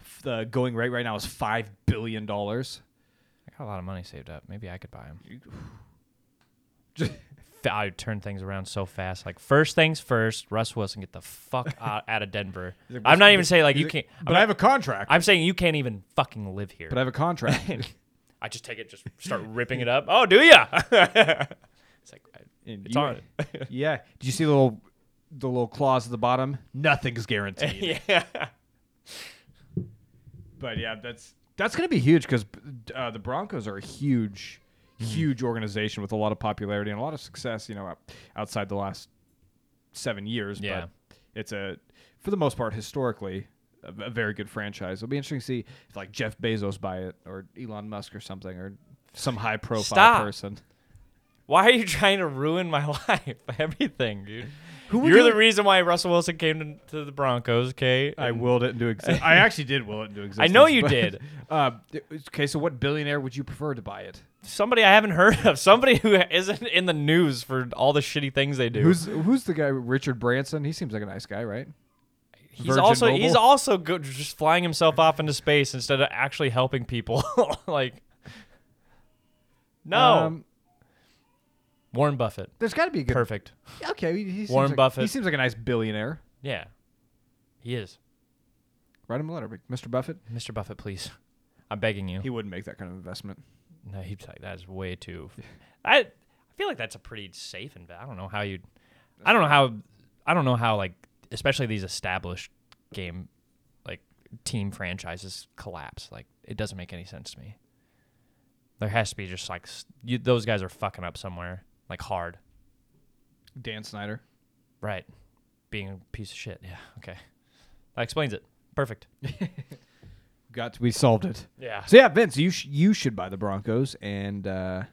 S1: f- the going rate right now is five billion dollars.
S2: I got a lot of money saved up. Maybe I could buy
S1: *sighs*
S2: him. F- I would turn things around so fast. Like first things first, Russ Wilson get
S1: *laughs*
S2: the fuck out, out of Denver.
S1: He's like,
S2: I'm not
S1: "What's-
S2: even saying like
S1: he's
S2: you can't. I'm,
S1: But I have a contract.
S2: I'm saying you can't even fucking live here.
S1: but I have a
S2: *laughs*
S1: contract.
S2: I just take it, just start ripping it up. Oh, do ya? *laughs* it's like I-
S1: *laughs* And
S2: it's
S1: you-
S2: on. *laughs*
S1: yeah. Did you see the little the little clause at the bottom? Nothing's guaranteed.
S2: *laughs* yeah.
S1: But yeah, that's that's gonna be huge because uh, the Broncos are a huge, huge organization with a lot of popularity and a lot of success. You know, out- outside the last seven years.
S2: Yeah.
S1: But it's a, for the most part, historically a, a very good franchise. It'll be interesting to see if like Jeff Bezos buy it or Elon Musk or something or some high profile
S2: Stop.
S1: person.
S2: Why are you trying to ruin my *laughs* life? Everything, dude.
S1: would
S2: You're
S1: you-
S2: the reason why Russell Wilson came to, to the Broncos, okay?
S1: I willed it into *laughs* existence. I actually did will it into existence.
S2: know you
S1: but- *laughs*
S2: did.
S1: Uh, it- okay, so what billionaire would you prefer to buy it?
S2: somebody I haven't heard of, *laughs* somebody who isn't in the news for all the shitty things they do.
S1: Who's who's the guy? Richard Branson. He seems like a nice guy, right?
S2: he's
S1: Virgin
S2: also
S1: Mobile?
S2: he's also go, just flying himself off into space instead of actually helping people. *laughs* like, no,
S1: Um,
S2: Warren Buffett,
S1: there's got to be a good
S2: perfect.
S1: Okay, he, he seems
S2: Warren
S1: like, He
S2: Buffett.
S1: seems like a nice billionaire.
S2: Yeah, he is
S1: Write him a letter, Mr. Buffett.
S2: Mr. Buffett. Please, I'm begging you.
S1: He wouldn't make that kind of investment.
S2: no, he's like that's way too. I I feel like that's a pretty safe and I don't know how you. I don't know how. I don't know how like especially these established game like team franchises collapse. Like it doesn't make any sense to me. There has to be just like s- you, those guys are fucking up somewhere like hard,
S1: Dan Snyder.
S2: right? Being a piece of shit. Yeah. Okay. That explains it. Perfect.
S1: Got we solved it.
S2: Yeah.
S1: So yeah, Vince, you sh- you should buy the Broncos, and uh,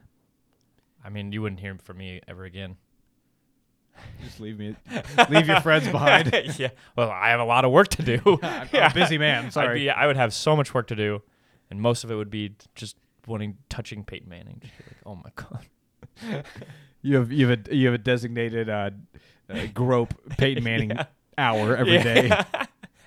S2: I mean, you wouldn't hear from me ever again.
S1: just leave me, *laughs* leave your
S2: *laughs*
S1: friends *laughs* behind.
S2: yeah. Well, I have a lot of work to do.
S1: *laughs* I'm,
S2: *laughs*
S1: a busy man.
S2: I'd
S1: Sorry.
S2: be, I would have so much work to do, and most of it would be just wanting touching Peyton Manning. Just be like, oh my god,
S1: you have you have a you have a designated uh, uh,
S2: *laughs*
S1: grope Peyton Manning hour every
S2: Yeah. *laughs*
S1: day,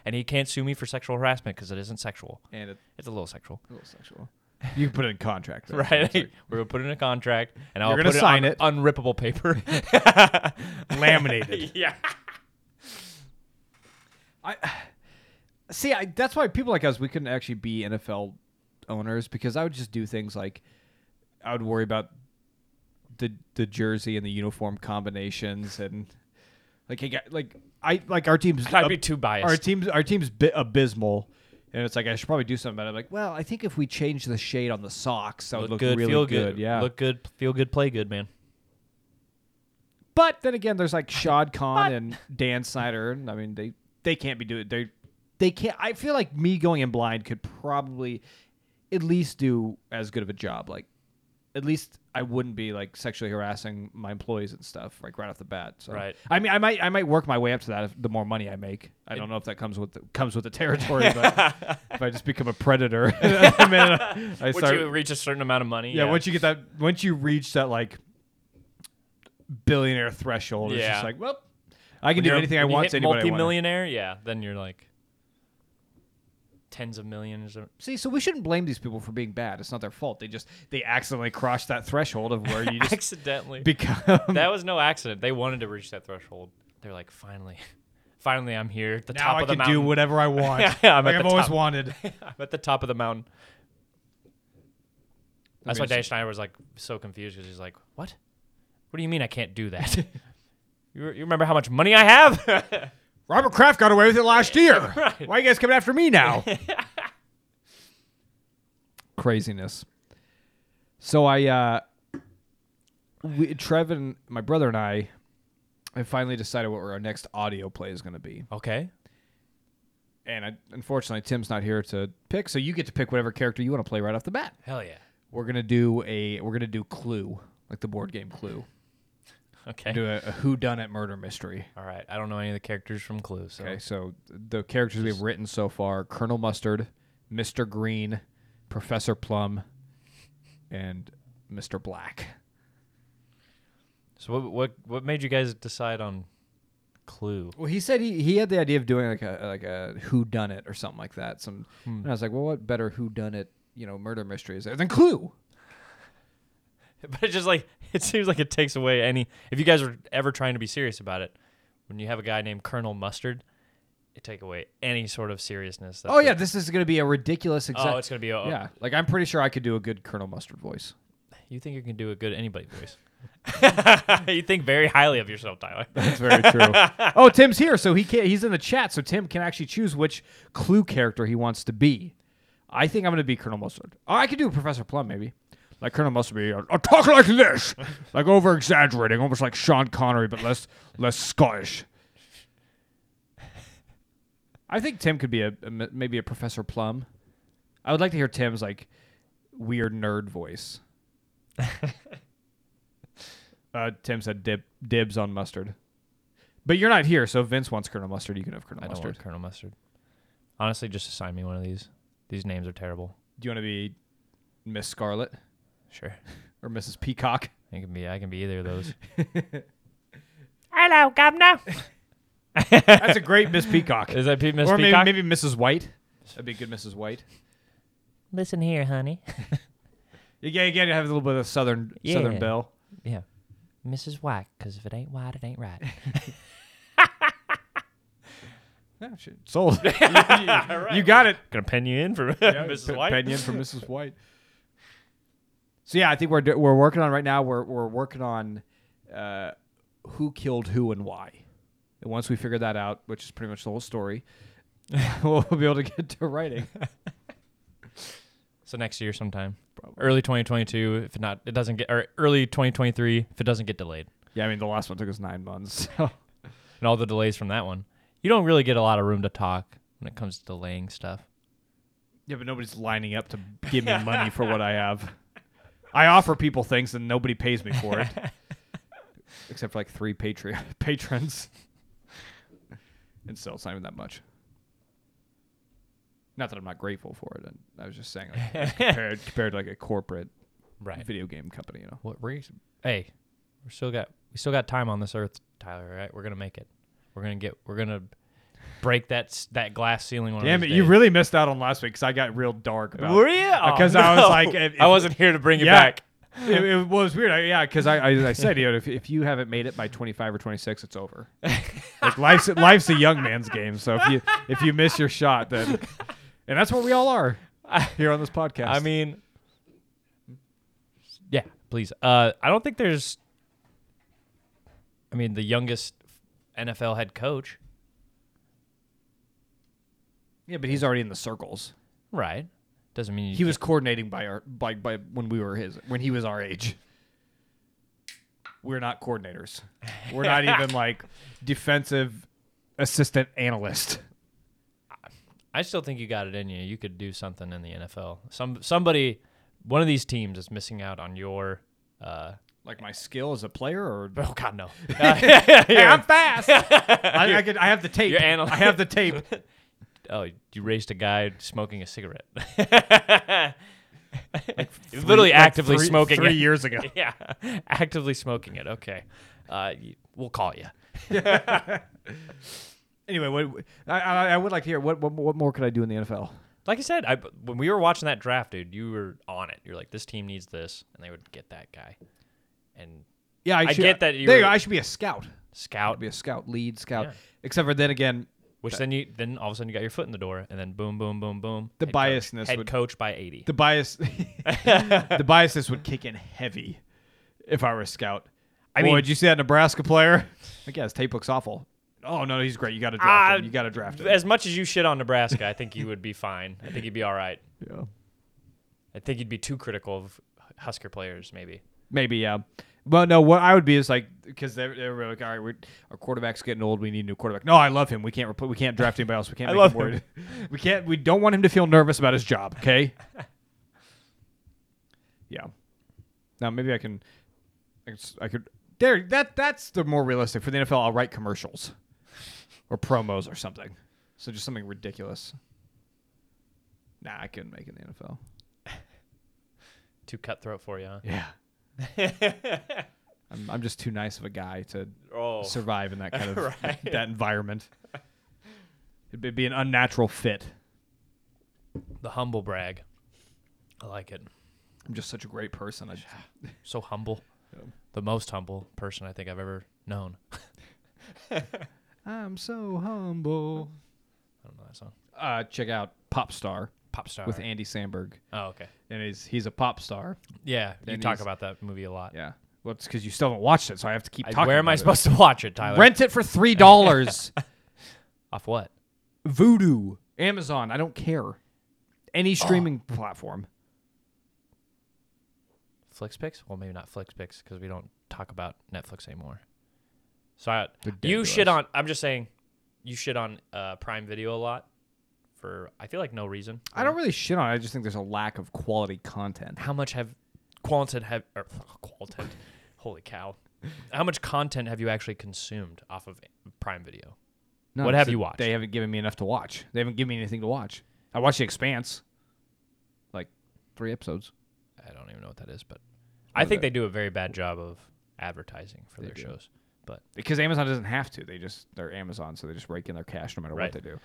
S2: and he can't sue me for sexual harassment because it isn't sexual.
S1: and it's
S2: It's a little sexual,
S1: a little sexual. You can put it in contract, though.
S2: *laughs* right?
S1: It's like
S2: We're gonna put it in a contract, and I'll
S1: You're gonna
S2: put
S1: sign
S2: it on unrippable paper.
S1: *laughs* laminated.
S2: *laughs* yeah,
S1: See, I, that's why people like us we couldn't actually be NFL owners because I would just do things like I would worry about the the jersey and the uniform combinations and like hey, guy- like I like our team's
S2: I'd be too biased.
S1: our team's our team's bi- abysmal and it's like I should probably do something about it. I'm like, well, I think if we change the shade on the socks, that would look really
S2: feel good.
S1: Yeah,
S2: look good, feel good, play good, man.
S1: But then again, there's like Shad Khan and Dan Snyder. and I mean, they they can't be doing they they can't. I feel like me going in blind could probably at least do as good of a job. Like at least I wouldn't be like sexually harassing my employees and stuff like right off the bat. So
S2: Right.
S1: I mean, I might I might work my way up to that if the more money I make. I don't know if that comes with the, comes with the territory, but if I just become a predator, *laughs* the minute I
S2: Once
S1: start
S2: you reach a certain amount of money,
S1: yeah, once you get that, once you reach that like billionaire threshold. It's
S2: Yeah.
S1: just like, well, I can do anything I want to anybody I want.
S2: Multi-millionaire, yeah. Then you're like tens of millions.
S1: *laughs*
S2: Or,
S1: See, so we shouldn't blame these people for being bad. It's not their fault. They just they accidentally crossed that threshold of where
S2: *laughs*
S1: you just
S2: accidentally.
S1: become.
S2: that was no accident. They wanted to reach that threshold. They're like, finally, *laughs* finally, I'm here at the
S1: now *laughs*
S2: top
S1: I
S2: of the
S1: can
S2: mountain.
S1: do whatever I want.
S2: Yeah, yeah, *laughs* I'm
S1: like
S2: at
S1: I've
S2: the
S1: always
S2: top.
S1: wanted.
S2: I'm at the top of the mountain. That's why
S1: mean,
S2: Dan Schneider was like so confused because he's like, "What? What do you mean I can't
S1: *laughs*
S2: do that? you, you remember how much money I have?
S1: Robert Kraft got away with it last year.
S2: Right.
S1: Why are you guys coming after me now? Craziness. So I, uh, we, Trevin, my brother and I, have finally decided what our next audio play is going to be.
S2: okay,
S1: And I, unfortunately, Tim's not here to pick, so you get to pick whatever character you want to play right off the bat.
S2: hell yeah,
S1: We're gonna do a we're gonna do Clue, like the board game Clue.
S2: okay,
S1: Do a, a Who Done It murder mystery.
S2: all right." I don't know any of the characters from Clue, so
S1: Okay, so the characters we've written so far: Colonel Mustard, Mister Green, Professor Plum, and Mister Black.
S2: so what, what what made you guys decide on Clue?
S1: Well, he said he, he had the idea of doing like a like a Who Done It or something like that. Some and I was like, well, what better Who Done It you know murder mystery is there than Clue?
S2: *laughs* But it just like it seems like it takes away any. If you guys were ever trying to be serious about it, when you have a guy named Colonel Mustard, it take away any sort of seriousness. That
S1: Oh
S2: the-
S1: yeah, this is gonna be a ridiculous. Exact-
S2: oh, it's gonna be a,
S1: yeah. Like I'm pretty sure I could do a good Colonel Mustard voice.
S2: You think you can do a good anybody
S1: *laughs*
S2: voice? *laughs* you think very highly of yourself, Tyler.
S1: That's very true. oh, Tim's here, so he can he's in the chat, so Tim can actually choose which clue character he wants to be. I think I'm going to be Colonel Mustard. Oh, I could do Professor Plum maybe. Like Colonel Mustard, be, I talk like this, like over exaggerating, almost like Sean Connery, but less less Scottish. I think Tim could be a, a m- maybe a Professor Plum. I would like to hear Tim's like weird nerd
S2: *laughs*
S1: voice. uh, Tim said dib, dibs on mustard, but you're not here, so if Vince wants Colonel Mustard. You can have Colonel
S2: I don't
S1: Mustard.
S2: want Colonel Mustard. Honestly, just assign me one of these. These names are terrible.
S1: Do you want to be Miss Scarlet
S2: Sure,
S1: or Mrs.
S2: *laughs*
S1: Peacock?
S2: I can be. I can be either
S1: *laughs*
S2: of those.
S3: Hello, Governor.
S1: That's a great Miss Peacock.
S2: Is that Pete Miss
S1: or
S2: Peacock?
S1: Maybe, maybe Mrs. White. That'd be a good Mrs. White.
S3: Listen here, honey.
S1: Yeah, again, have a little bit of southern
S3: Yeah.
S1: southern belle.
S3: Yeah. Mrs. White, 'cause if it ain't white, it ain't *laughs* right.
S1: Yeah, shit.
S2: *laughs*
S1: Sold. you, got it.
S2: Gonna pen you in for *laughs* Mrs.
S1: Pe-
S2: White.
S1: Opinion from Mrs. White. So yeah, I think we're do- we're working on right now. We're we're working on uh, who killed who and why. And once we figure that out, which is pretty much the whole story, *laughs* we'll be able to get to writing.
S2: So next year, sometime,
S1: Probably.
S2: early 2022. If not, it doesn't get or early 2023. If it doesn't get delayed,
S1: Yeah, I mean the last one took us nine months. So.
S2: and all the delays from that one, you don't really get a lot of room to talk when it comes to delaying stuff.
S1: Yeah, but nobody's lining up to give me money for
S2: *laughs*
S1: what I have. I offer people things and nobody pays me for
S2: *laughs*
S1: it. Except for like three Patreon *laughs* patrons. and still it's not even that much. Not that I'm not grateful for it. And I was just saying
S2: *laughs*
S1: like, compared compared to like a corporate
S2: Right.
S1: video game company, you know.
S2: What we're hey, we're still got we still got time on this earth, Tyler. All right, we're gonna make it. We're gonna get. We're gonna break that s- that glass ceiling. One
S1: Damn
S2: of
S1: it,
S2: these
S1: you
S2: days.
S1: really missed out on last week because I got real dark about
S2: were you?
S1: Because I was like, if-
S2: I
S1: if-
S2: wasn't here to bring you
S1: Yeah.
S2: back.
S1: it, it was weird. I, yeah, because I, I, I said, you know, if, if you haven't made it by 25 or 26, it's over. like life's life's a young man's game. So if you if you miss your shot, *laughs* then and that's what we all are here on this podcast.
S2: I mean, yeah, please. Uh, I don't think there's. I mean, the youngest NFL head coach,
S1: yeah, but he's already in the circles.
S2: right? Doesn't mean you
S1: He was
S2: can't-
S1: coordinating by our by by when we were his when he was our age. We're not coordinators. We're not *laughs* even like defensive assistant analyst.
S2: I still think you got it in you. You could do something in the NFL. Some somebody, one of these teams is missing out on your. Uh,
S1: Like my skill as a player or
S2: oh God, *laughs* no.
S1: Hey, I'm
S2: *laughs*
S1: fast. I, I, could, I have the tape.
S2: You're anal-
S1: I have the
S2: *laughs*
S1: tape.
S2: oh, you raced a guy smoking a cigarette. *laughs* Literally actively
S1: Three-
S2: smoking
S1: three
S2: it.
S1: years ago.
S2: *laughs* Yeah, actively smoking it. Okay, uh, y- we'll call you.
S1: Anyway, what, I, I, I would like to hear what, what what more could I do in the NFL?
S2: Like I said, I, when we were watching that draft, dude, you were on it. You're like, this team needs this, and they would get that guy. And
S1: Yeah, uh,
S2: I get that you
S1: There you
S2: were-
S1: go, I should be a scout.
S2: scout,
S1: Be a scout, lead scout.
S2: Yeah.
S1: Except for then again,
S2: which then you then all of a sudden you got your foot in the door, and then boom, boom, boom, boom.
S1: The
S2: head coach-
S1: biasness
S2: head
S1: would-
S2: coach by eighty. *laughs*
S1: the bias, *laughs* the biasness would kick in heavy if I were a scout. I mean,
S2: mean-
S1: did you see that Nebraska player? Like, yeah, his tape looks awful. Oh no, he's great. You got to draft
S2: Ah,
S1: him. You got to draft him.
S2: as much as you shit on Nebraska, I think you would be fine. I think you'd be all right.
S1: Yeah.
S2: I think you'd be too critical of Husker players, maybe.
S1: Maybe, yeah. But no, what I would be is like because they're, they're like, all right, we're, our quarterback's getting old. We need a new quarterback. No, I love him. We can't repl- we can't draft anybody else. We can't.
S2: *laughs* I
S1: make
S2: love
S1: him worried. *laughs* We can't. We don't want him to feel nervous about his job. Okay. *laughs* yeah. Now maybe I can. I could, s- I could. There. That that's the more realistic for the NFL. I'll write commercials, or promos, or something. So just something ridiculous. Nah, I couldn't make it in the NFL.
S2: Too cutthroat for you. Huh? *laughs*
S1: Yeah. I'm, I'm just too nice of a guy to
S2: Oh,
S1: survive in that
S2: *laughs*
S1: kind of
S2: Right.
S1: *laughs* that environment. It'd be an unnatural fit.
S2: the humble brag. I like it.
S1: I'm just such a great person. I,
S2: So humble. The most humble person I think I've ever known.
S1: am so humble.
S2: I don't know that song.
S1: Uh, check out Pop Star
S2: Pop star.
S1: with Andy Samberg,
S2: oh, okay.
S1: and he's he's a pop star.
S2: Yeah, you
S1: Then
S2: talk
S1: he's-
S2: about that movie a lot.
S1: Yeah, well, it's because you still haven't watched it, so I have to keep
S2: I-
S1: talking.
S2: where am I
S1: about it.
S2: supposed to watch it, Tyler?
S1: Rent it for three
S2: *laughs*
S1: dollars.
S2: off what?
S1: Voodoo, Amazon. I don't care.
S2: Oh.
S1: Any streaming platform.
S2: Flixpix? Well, maybe not Flixpix because we don't talk about Netflix anymore. So I,
S1: They're dead
S2: you
S1: to
S2: shit
S1: us.
S2: on. I'm just saying, you shit on uh, Prime Video a lot for I feel like no reason.
S1: I don't really shit on. it. I just think there's a lack of quality content.
S2: How much have qualitative have or *laughs* qualitative? holy cow! How much content have you actually consumed off of Prime Video?
S1: No,
S2: What
S1: it's
S2: have
S1: that
S2: you watched?
S1: They haven't given me enough to watch. They haven't given me anything to watch. I watched The Expanse, like three episodes.
S2: I don't even know what that is, but I think they do a very bad job of advertising for their
S1: do.
S2: shows. But
S1: Because Amazon doesn't have to. They just they're Amazon, so they just rake in their cash no matter
S2: Right.
S1: what they do.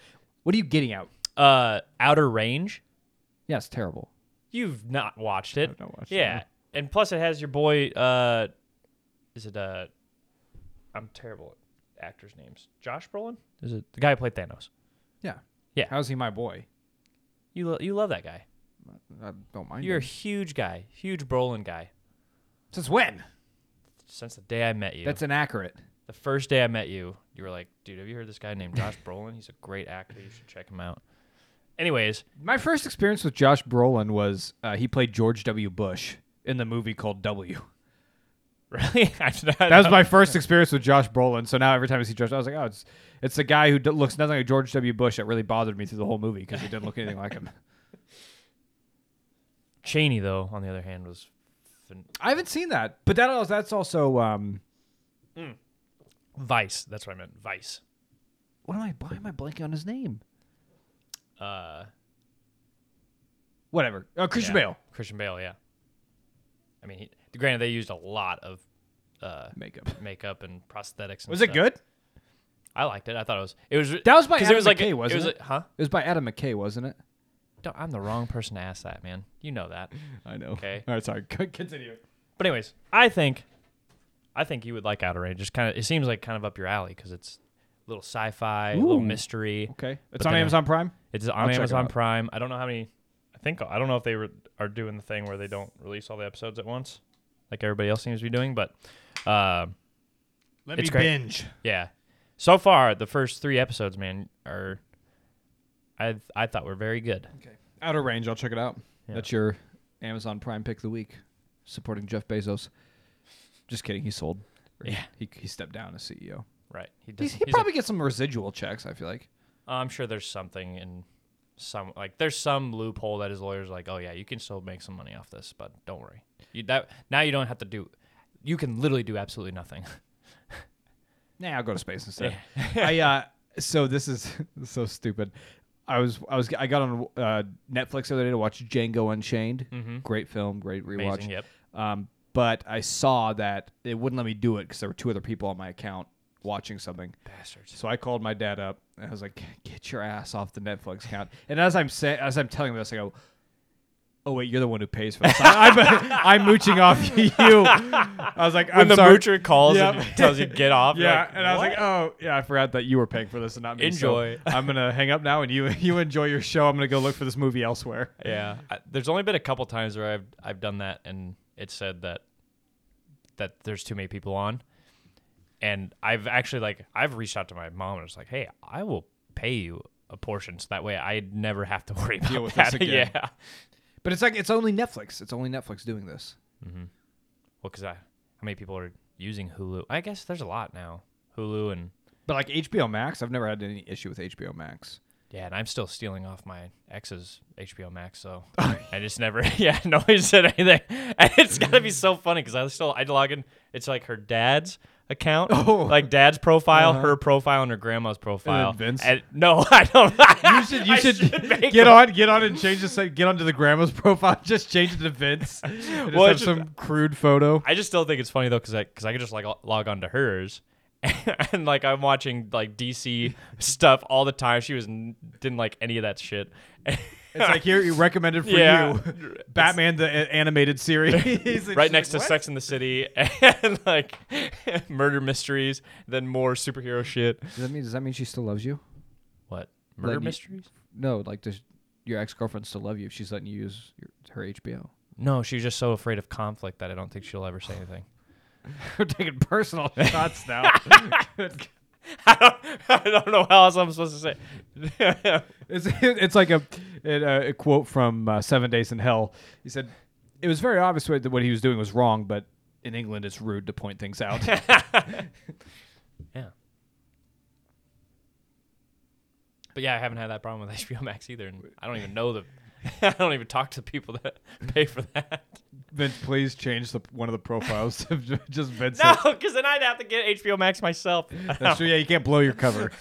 S1: What are you getting out?
S2: uh, Outer Range,
S1: Yeah, it's terrible.
S2: You've not watched it.
S1: I've not watched it,
S2: yeah.
S1: no.
S2: And plus it has your boy uh is it uh I'm terrible at actors' names. Josh Brolin? Is it the guy who played Thanos?
S1: Yeah.
S2: Yeah.
S1: How's he my boy?
S2: You lo- you love that guy.
S1: I don't mind.
S2: You're a
S1: him.
S2: huge guy, huge Brolin guy.
S1: Since when?
S2: Since the day I met you.
S1: That's inaccurate.
S2: the first day I met you, you were like, dude, have you heard this guy named Josh Brolin? He's a great actor. You should check him out. Anyways, *laughs*
S1: My first experience with Josh Brolin was uh, he played George W. Bush in the movie called W.
S2: really? I should- I
S1: *laughs* That was
S2: don't-
S1: my first experience with Josh Brolin. So now every time I see Josh, I was like, oh, it's it's the guy who d- looks nothing like George W. Bush that really bothered me through the whole movie because he didn't look anything like him.
S2: Cheney though, on the other hand, was fin-
S1: *laughs* I haven't seen that, but that also, that's also um,
S2: Vice. That's what I meant. Vice.
S1: what am I? Why am I blanking on his name?
S2: Uh
S1: Whatever. Uh, Christian
S2: Yeah.
S1: Bale
S2: Christian Bale, yeah. I mean, he, granted, they used a lot of uh,
S1: makeup.
S2: makeup and prosthetics. And
S1: Was
S2: stuff.
S1: it good?
S2: I liked it. I thought it was. It was.
S1: That was by
S2: 'cause
S1: Adam
S2: it was like
S1: McKay,
S2: a-
S1: wasn't
S2: was
S1: it?
S2: a- huh?
S1: It was by Adam McKay, wasn't it?
S2: Don't, I'm the wrong person to ask that, man. You know that.
S1: I know.
S2: Okay.
S1: All right, sorry. Co- *laughs* Continue.
S2: But anyways, I think, I think you would like Outer Range. Just kind of, it seems like kind of up your alley because it's a little sci-fi, a little
S1: Ooh.
S2: mystery.
S1: Okay. It's
S2: But
S1: on
S2: then I-
S1: Amazon Prime.
S2: It's on
S1: I'll check it
S2: Amazon
S1: out.
S2: Prime. I don't know how many. I think I don't know if they were, are doing the thing where they don't release all the episodes at once, like everybody else seems to be doing. But uh,
S1: Let
S2: It's me great.
S1: binge.
S2: yeah, so far the first three episodes, man, are I I thought were very good.
S1: Okay. Outer Range. I'll check it out.
S2: Yeah.
S1: That's your Amazon Prime pick of the week, supporting Jeff Bezos. Just kidding. He sold.
S2: Yeah.
S1: He, he stepped down as E CEO.
S2: Right? He
S1: He,
S2: does.
S1: he
S2: he's
S1: probably gets some residual checks. I feel like.
S2: a- I'm sure there's something in some like there's some loophole that his lawyers are like, oh yeah, you can still make some money off this, but don't worry. You that now you don't have to do. You can literally do absolutely nothing. *laughs*
S1: Nah, I'll go to space instead. I
S2: *laughs*
S1: uh, so this is *laughs* so stupid. I was I was I got on uh, Netflix the other day to watch Django Unchained. Great film, great rewatch.
S2: Mm-hmm. Amazing. Yep.
S1: Um, but I saw that it wouldn't let me do it because there were two other people on my account watching something.
S2: Bastards.
S1: So I called my dad up and I was like, "Get your ass off the Netflix account." And as I'm saying, as I'm telling him this, I go, "Oh wait, you're the one who pays for this. I, am I'm *laughs* mooching off *laughs* you." I was like, "I'm
S2: When the
S1: sorry."
S2: moocher calls
S1: Yep.
S2: and tells you get off, you're
S1: Yeah,
S2: like,
S1: and I was
S2: "What?"
S1: like, "Oh, yeah, I forgot that you were paying for this and not me." so
S2: Enjoy.
S1: *laughs* I'm gonna hang up now, and you *laughs* you enjoy your show. I'm gonna go look for this movie elsewhere.
S2: Yeah, I, there's only been a couple times where I've I've done that, and it said that that there's too many people on, and I've actually like I've reached out to my mom and was like, hey, I will pay you a portion, so that way I never have to *laughs* worry about
S1: Deal with
S2: that
S1: this again.
S2: Yeah,
S1: But it's like it's only Netflix. It's only Netflix doing this.
S2: well, because I how many people are using Hulu? I guess there's a lot now, Hulu and
S1: But like HBO Max, I've never had any issue with HBO Max.
S2: yeah, and I'm still stealing off my ex's HBO
S1: *laughs*
S2: Max, so I just never *laughs* yeah, no one said anything. *laughs* And it's gotta be so funny because I still I log in. It's like her dad's account,
S1: *laughs* Oh. Uh-huh.
S2: like dad's profile, her profile, and her grandma's profile.
S1: Vince?
S2: no, *laughs* I don't.
S1: You should you
S2: I
S1: should, *laughs*
S2: make
S1: get
S2: one.
S1: on get on and change this get onto the grandma's *laughs* profile. Just change it to
S2: *laughs*
S1: Vince. And just
S2: Well,
S1: have
S2: it's just-
S1: some crude photo.
S2: I just still think it's funny though, because I because I could just like lo- log on to hers, *laughs* and like I'm watching
S1: *laughs*
S2: like DC stuff all the time. She was n- didn't like any of that shit. *laughs*
S1: It's like here you recommended for
S2: Yeah. *laughs*
S1: you, *laughs* Batman the a- animated series. *laughs* It's
S2: right
S1: just
S2: next
S1: like,
S2: to
S1: what?
S2: Sex in the City *laughs* and like murder mysteries, then more superhero shit.
S1: Does that mean does that mean she still loves you?
S2: What murder
S1: Like, you-
S2: mysteries?
S1: No, like does your ex girlfriend still love you if she's letting you use your, her HBO?
S2: No, she was just so afraid of conflict that I don't think she'll ever say anything.
S1: *laughs* We're taking personal shots now.
S2: *laughs* I don't, I don't know how else I'm supposed to *laughs* say.
S1: It's, *laughs* it's like a, it, uh, a quote from uh, Seven Days in Hell. He said, "It was very obvious what- that what he was doing was wrong, but in England, it's rude to point things
S2: *laughs*
S1: out."
S2: yeah. But yeah, I haven't had that problem with HBO Max either, and I don't even know the. *laughs* I don't even talk to the people that *laughs* pay for that.
S1: Vince, please change the, one of the profiles to *laughs* j- just Vince.
S2: No, because then I'd have to get HBO Max myself.
S1: That's true. Yeah, you can't blow your cover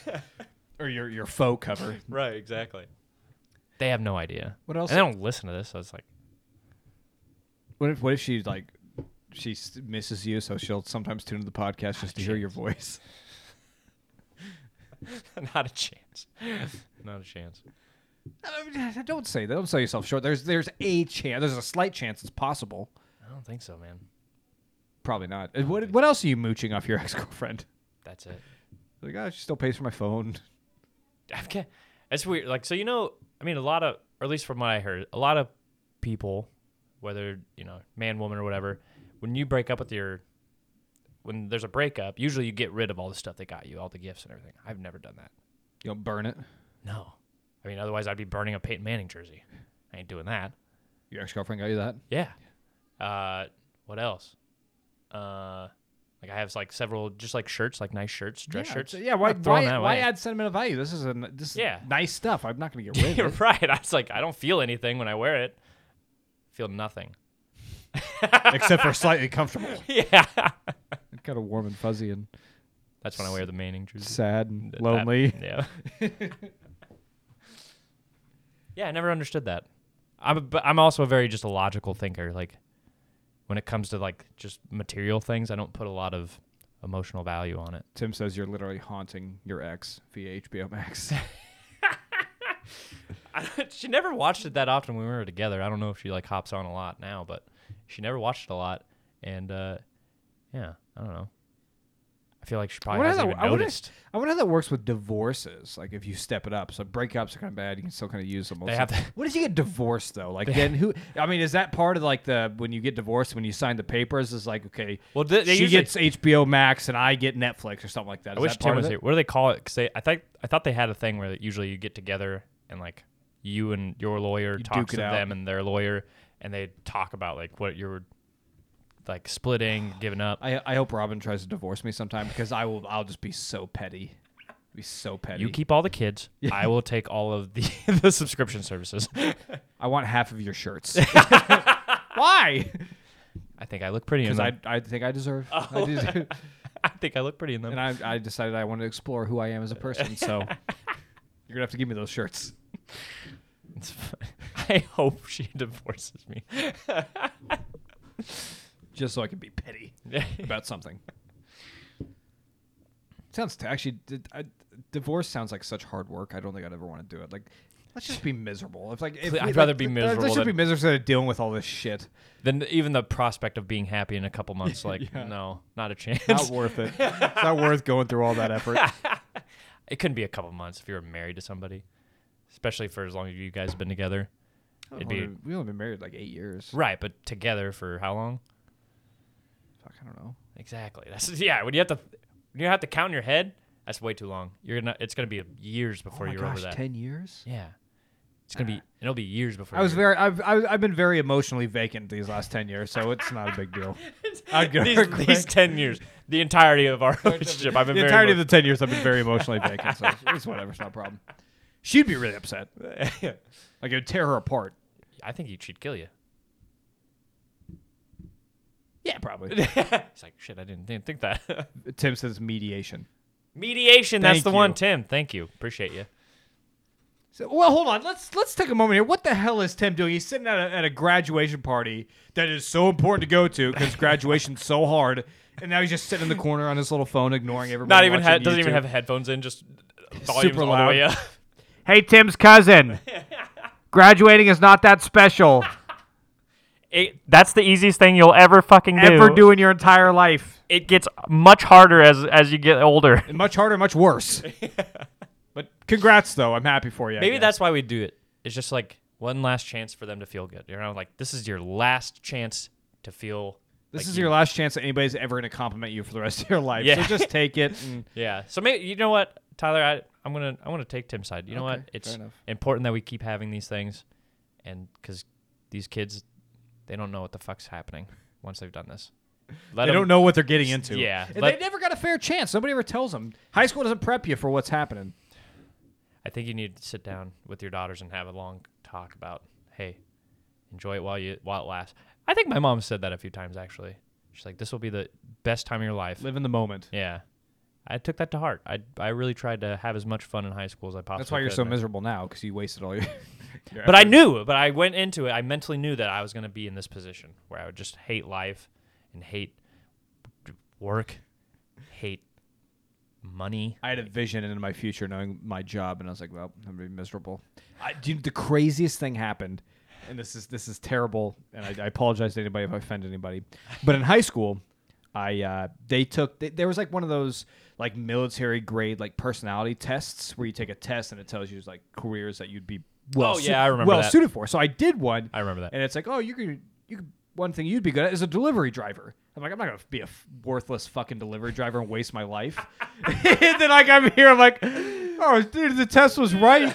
S1: or your your faux cover.
S2: Right, exactly. They have no idea.
S1: What else-
S2: And they don't listen to this, so it's like, *laughs*
S1: What if what if she like she s- misses you, so she'll sometimes tune to the podcast just to hear your voice. *laughs*
S2: not a chance. Not a chance.
S1: I mean, Don't say that. Don't sell yourself short. There's there's a chance. There's a slight chance it's possible.
S2: I don't think so, man.
S1: Probably not. And What what else are you mooching off your *laughs* ex girlfriend?
S2: That's it. *laughs*
S1: Like, oh, she still pays for my phone.
S2: I've got, it's weird. Like, so you know, I mean, a lot of, or at least from what I heard, a lot of people, whether you know, man, woman, or whatever, when you break up with your, when there's a breakup, usually you get rid of all the stuff they got you, all the gifts and everything. I've never done that.
S1: You don't burn it.
S2: No, I mean, otherwise I'd be burning a Peyton Manning jersey. I ain't doing that.
S1: Your ex girlfriend got you that.
S2: Yeah. Uh, what else? Uh, like I have like several just like shirts, like nice shirts, dress shirts.
S1: Yeah. Why?
S2: Not throwing
S1: Why,
S2: that
S1: why
S2: away.
S1: add sentimental value? This is a n- this is
S2: Yeah.
S1: nice stuff. I'm not going
S2: *laughs*
S1: to get rid
S2: You're
S1: of it.
S2: right. I was like, I don't feel anything when I wear it. feel nothing.
S1: except for slightly comfortable.
S2: Yeah.
S1: *laughs* kind of warm and fuzzy and
S2: That's when I wear the Manning jersey.
S1: sad and
S2: That-
S1: lonely.
S2: yeah. *laughs* yeah, I never understood that. I'm, a, but I'm also a very just a logical thinker. Like, when it comes to like just material things, I don't put a lot of emotional value on it.
S1: Tim says you're literally haunting your ex via HBO *laughs* Max.
S2: *laughs* she never watched it that often when we were together. I don't know if she like hops on a lot now, but she never watched it a lot. And uh, yeah, I don't know. I feel like she probably
S1: wonder how
S2: hasn't
S1: that-
S2: even
S1: I wonder-
S2: noticed.
S1: I wonder how that works with divorces. Like if you step it up, so breakups are kind of bad. You can still kind of use them.
S2: They have to-
S1: what if you get divorced though?
S2: *laughs*
S1: Like then who? I mean, is that part of like the when you get divorced when you sign the papers? Is like okay,
S2: Well, they- they
S1: she
S2: usually-
S1: gets HBO Max and I get Netflix or something like that. Is
S2: I wish
S1: that
S2: Tim
S1: part
S2: was
S1: of
S2: here.
S1: it?
S2: What do they call it? 'Cause they, I think I thought they had a thing where that usually you get together and like you and your lawyer
S1: duke
S2: talks
S1: it
S2: to
S1: out.
S2: them and their lawyer, and they talk about like what you're like
S1: *sighs*
S2: splitting, giving up.
S1: I, I hope Robin tries to divorce me sometime because I will. I'll just be so petty. Be so petty.
S2: you keep all the
S1: *laughs*
S2: kids. I will take all of the *laughs* the subscription services.
S1: I want half of your shirts. *laughs* Why?
S2: I think I look pretty in
S1: Because
S2: them.
S1: I, I think I deserve. I deserve
S2: I think I look pretty in them.
S1: and I, I decided I wanted to explore who I am as a person. So you're gonna have to give me those shirts.
S2: *laughs* It's fine. I hope she divorces me.
S1: just so I can be petty about something. sounds t- actually did, I, divorce sounds like such hard work. I don't think I'd ever want to do it. Like, let's just be miserable. If like, if,
S2: I'd
S1: like,
S2: rather be
S1: let's
S2: miserable
S1: just
S2: than-
S1: be miserable instead of dealing with all this
S2: *laughs*
S1: shit.
S2: *laughs* then even the prospect of being happy in a
S1: *laughs*
S2: couple months, like
S1: Yeah.
S2: no, not a chance.
S1: Not worth it. it's not worth going through all that effort.
S2: *laughs* it couldn't be a couple months if you were married to somebody, especially for as long as you guys have been together. It'd be-
S1: we only been married like eight years.
S2: Right, but together for how long?
S1: Fuck, I don't know.
S2: Exactly. That's *laughs* yeah. When you have to, when you have to count in your head, that's way too long. You're gonna. It's gonna be years before
S1: oh my
S2: you're
S1: gosh,
S2: over that.
S1: ten years.
S2: Yeah, it's gonna be. It'll be years before.
S1: I was
S2: *laughs* you're-
S1: very. I've, I've I've been very emotionally vacant these last ten years, so it's not a big *laughs* deal. I'd go
S2: these, these ten years, the entirety of our relationship. I've been
S1: the
S2: very
S1: entirety of
S2: emo-
S1: the ten years, I've been very emotionally vacant. So it's- it's whatever. It's not a problem. She'd be really *laughs* upset. like it would tear her apart.
S2: I think he- she'd kill *laughs* you.
S1: Yeah, probably.
S2: it's like shit. I didn't, didn't think that.
S1: *laughs*
S2: *laughs*
S1: Tim says mediation.
S2: Mediation. that's
S1: Thank
S2: the one,
S1: you.
S2: Tim. Thank you. Appreciate you.
S1: So, well, hold on. Let's let's take a moment here. What the hell is Tim doing? He's sitting at a, at a graduation party that is so important to go to because graduation's so hard, and now he's just sitting in the corner on his little phone, ignoring everybody.
S2: Not even
S1: watching
S2: ha- doesn't even
S1: YouTube.
S2: have headphones in. *laughs* Just volumes
S1: Super
S2: all the way
S1: loud.
S2: up.
S1: Hey, Tim's cousin. Graduating is not that
S2: *laughs*
S1: special.
S2: *laughs* It, that's the easiest thing you'll ever fucking do.
S1: Ever do in your entire life.
S2: It gets much harder as as you get older.
S1: And much harder, much worse. But congrats, though. I'm happy for you. I
S2: *laughs* Maybe
S1: guess.
S2: that's why we do it. It's just like one last chance for them to feel good. You know, like this is your last chance to feel.
S1: This
S2: like
S1: is
S2: you-
S1: your last chance that anybody's ever going to compliment you for the rest of your life.
S2: Yeah.
S1: So just take
S2: *laughs*
S1: it. And
S2: Yeah. So maybe you know what, Tyler, I I'm gonna I'm gonna take Tim's side. You know
S1: Okay,
S2: what? It's
S1: fair enough.
S2: important that we keep having these things, and because these kids, they don't know what the fuck's happening once they've done
S1: *laughs*
S2: this. Let
S1: they
S2: 'em-
S1: don't know what they're getting into.
S2: yeah,
S1: And
S2: let-
S1: they never got a fair chance. Nobody ever tells them. High school doesn't prep you for what's happening.
S2: I think you need to sit down with your daughters and have a long talk about, hey, enjoy it while you while it lasts. I think my mom said that a few times actually. She's like, this will be the best time of your life.
S1: Live in the moment.
S2: Yeah. I took that to heart. I I really tried to have as much fun in high school as I possibly
S1: That's why you're
S2: could,
S1: so
S2: man.
S1: miserable now because you wasted all your. *laughs* your
S2: But I
S1: effort.
S2: knew, but I went into it. I mentally knew that I was going to be in this position where I would just hate life and hate work, hate money.
S1: I had a vision into my future knowing my job, and I was like, well, I'm gonna be miserable. I, dude, the craziest thing happened, and this is this is terrible, and I, I apologize to anybody if I offend anybody. But in high school, I uh, they took they, there was like one of those like military grade like personality tests where you take a test and it tells you like careers that you'd be well
S2: Oh,
S1: su-
S2: yeah, I remember
S1: well
S2: that.
S1: suited for. So I did one.
S2: I remember that.
S1: And it's like, oh, you could, you could. One thing you'd be good at is a delivery driver. I'm like, I'm not gonna be a f- worthless fucking delivery driver and waste my life. *laughs* and then like I'm here, I'm like, oh, dude, the test was *laughs* right.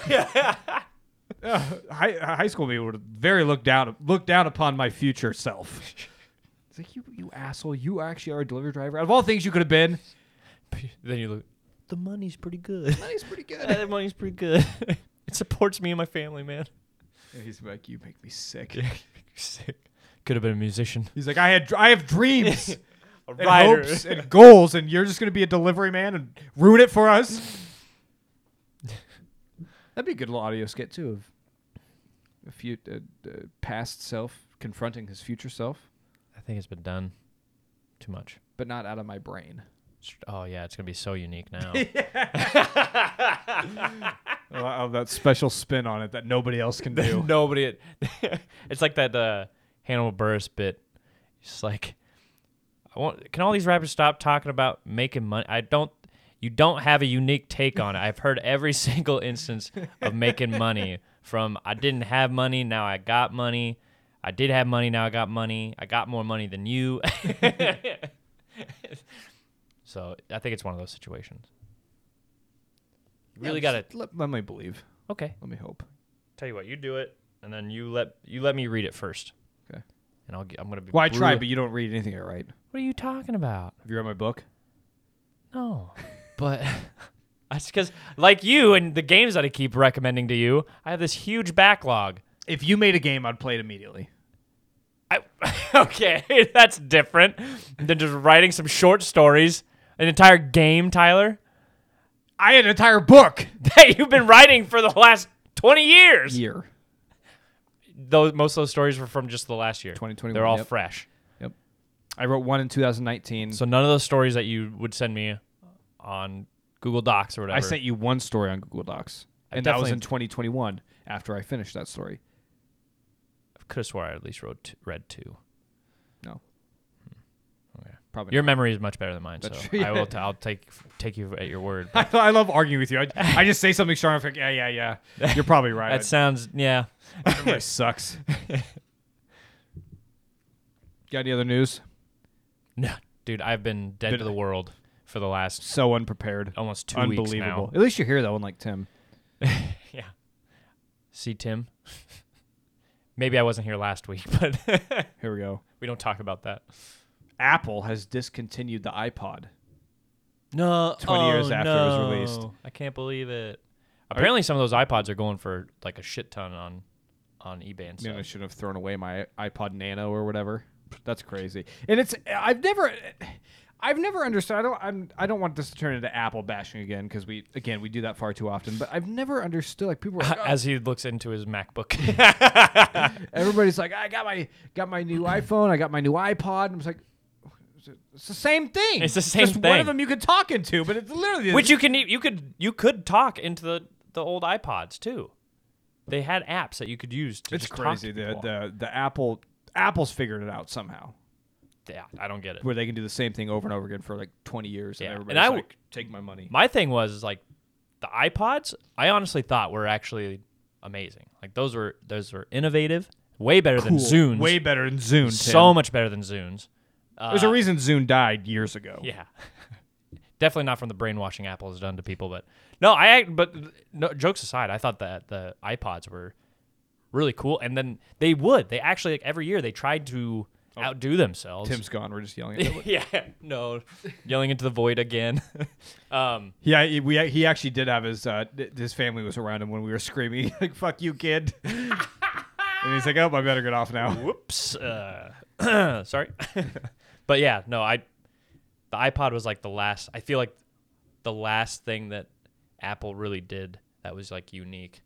S1: Uh, high, high school me would have very looked down, looked down upon my future self. It's like you, you asshole. You actually are a delivery driver. Out of all things you could have been,
S2: *laughs* Then you look, the money's pretty *laughs* good.
S1: that is pretty good.
S2: the money's pretty good. *laughs* it supports me and my family, *laughs* man.
S1: And he's like, you make me sick.
S2: Sick. Could have been a musician.
S1: He's like, I had, I have *laughs* dreams.
S2: *laughs* A
S1: and hopes and goals, and you're just going to be a delivery man and ruin it for us. That'd be a good little audio skit too of a few uh, uh, past self confronting his future self,
S2: I think it's been done too much.
S1: but not out of my brain.
S2: Oh yeah, it's gonna be so unique *laughs* now.
S1: Well, I'll have Oh, that special spin on it that nobody else can *laughs*
S2: *laughs*
S1: do.
S2: Nobody. *laughs* it's like that uh, Hannibal Burris bit. It's like, I want. Can all these rappers stop talking about making money? I don't. You don't have a unique take on it. I've heard every *laughs* single instance of making money from I didn't have money, now I got money. I did have money, now I got money. I got more money than you. *laughs* so I think it's one of those situations. You really got to.
S1: Let, let me believe.
S2: Okay
S1: Let me hope.
S2: tell you what, you do it, and then you let you let me read it first.
S1: Okay.
S2: And I'll get, I'm gonna be.
S1: Well, I try,
S2: brutal-
S1: but you don't read anything I write.
S2: What are you talking about?
S1: Have you read my book?
S2: No,
S1: *laughs*
S2: *laughs* but that's because like you and the games that I keep recommending to you, I have this huge backlog. *laughs*
S1: If you made a game, I'd play it immediately.
S2: I, okay, *laughs* that's different than just writing some short stories, an entire game, Tyler, *laughs*
S1: I had an entire book.
S2: that you've been writing for the last 20 years.
S1: Year.
S2: Those most of those stories were from just the last year.
S1: 2021,
S2: They're all
S1: yep.
S2: fresh.
S1: Yep. I wrote one in 2019.
S2: So none of those stories that you would send me on Google Docs or whatever.
S1: I sent you one story on Google Docs,
S2: I
S1: and that was
S2: definitely-
S1: in 2021 after I finished that story.
S2: could have swore I at least wrote t- read two.
S1: No.
S2: Okay.
S1: Probably.
S2: Your memory is much better than mine,
S1: That's
S2: so
S1: true,
S2: I
S1: yeah.
S2: will. T- I'll take take you at your
S1: *laughs*
S2: word.
S1: *laughs* I, I love arguing with you.
S2: *laughs*
S1: I, I just say something sharp. I'm like, yeah, yeah, yeah. You're probably right. *laughs*
S2: That sounds yeah. *laughs*
S1: memory sucks. *laughs* Got any other news?
S2: No, dude, I've been dead
S1: Been-
S2: to the world for the last
S1: So unprepared.
S2: almost Oh, two
S1: Unbelievable.
S2: weeks now.
S1: At least you're here though, unlike Tim.
S2: *laughs* Yeah. See Tim. *laughs* Maybe I wasn't here last week, *laughs* but
S1: Here we go.
S2: we don't talk about that.
S1: Apple has discontinued the iPod.
S2: No,
S1: 20 years after it was released.
S2: I can't believe it. Apparently, some of those iPods are going for like a shit ton on on eBay and
S1: Man, I
S2: stuff.
S1: should have thrown away my iPod Nano or whatever. That's crazy. And it's I've never I've never understood. I don't I'm, I don't want this to turn into Apple bashing again because we again we do that far too often. But I've never understood like people. Are like,
S2: *laughs* *laughs* As he looks into his MacBook,
S1: *laughs* "Oh," everybody's like, I got my got my new iPhone. I got my new iPod. And I'm like. It's the same thing.
S2: It's the
S1: Just
S2: same
S1: One
S2: thing.
S1: of them you could talk into, but it's literally
S2: which you can e- you could you could talk into the the old iPods too. They had apps that you could use to
S1: it's
S2: just talk
S1: crazy.
S2: to
S1: The,
S2: people.
S1: the the Apple Apple's figured it out somehow.
S2: yeah, I don't get it.
S1: where they can do the same thing over and over again for like 20 years
S2: Yeah.
S1: and
S2: And
S1: everybody's
S2: I w-
S1: like take my money
S2: My thing was is like the iPods. I honestly thought were actually amazing. Like those were those were innovative, way better than Zunes,
S1: way better than Zune Tim.
S2: so much better than Zunes.
S1: there's a reason Zune died years ago
S2: Yeah. *laughs* Definitely not from the brainwashing Apple has done to people, but no, I act- but no jokes aside, I thought that the iPods were really cool, and then they would they actually like every year they tried to outdo themselves.
S1: Oh.
S2: *laughs*
S1: Tim's gone we're just *laughs* yelling at him.
S2: yeah,
S1: *laughs*
S2: no, yelling into the void again. *laughs* um,
S1: yeah he, we, he actually did have his uh, th- his family was around him when we were screaming *laughs* like fuck you kid *laughs* and he's like oh I better get off now
S2: whoops, uh, *clears throat* sorry, *laughs* but yeah, no, I the iPod was like the last. I feel like the last thing that Apple really did that was like unique,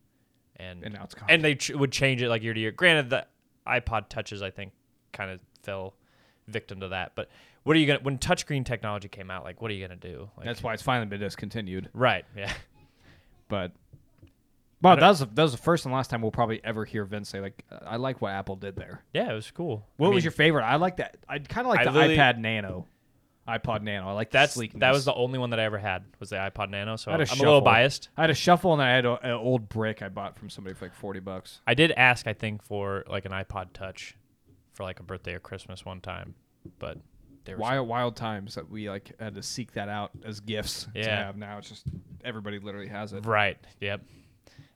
S2: and
S1: and now it's gone
S2: and they ch- would change it like year to year. Granted, the iPod touches I think kind of fell victim to that. But what are you gonna when touchscreen technology came out? Like, what are you gonna do? Like,
S1: that's why it's finally been discontinued
S2: right. Yeah, *laughs*
S1: but wow that was, the- that was the first and last time we'll probably ever hear Vince say like "Uh, I like what Apple did there
S2: yeah, it was cool. I
S1: What was
S2: mean,
S1: your favorite? I like that. I kind of like the
S2: I literally-
S1: iPad Nano, iPod Nano. I like the
S2: That's
S1: sleekness.
S2: that was the only one that I ever had was the iPod Nano. So
S1: I had
S2: I'm
S1: a
S2: a little
S1: shuffle.
S2: biased.
S1: I had a shuffle and I had an old brick I bought from somebody for like forty bucks.
S2: I did ask, I think, for like an iPod Touch for like a birthday or Christmas one time, but they were
S1: Wild, wild times that we like had to seek that out as gifts to
S2: Yeah.
S1: have. Now it's just everybody literally has it.
S2: right. Yep.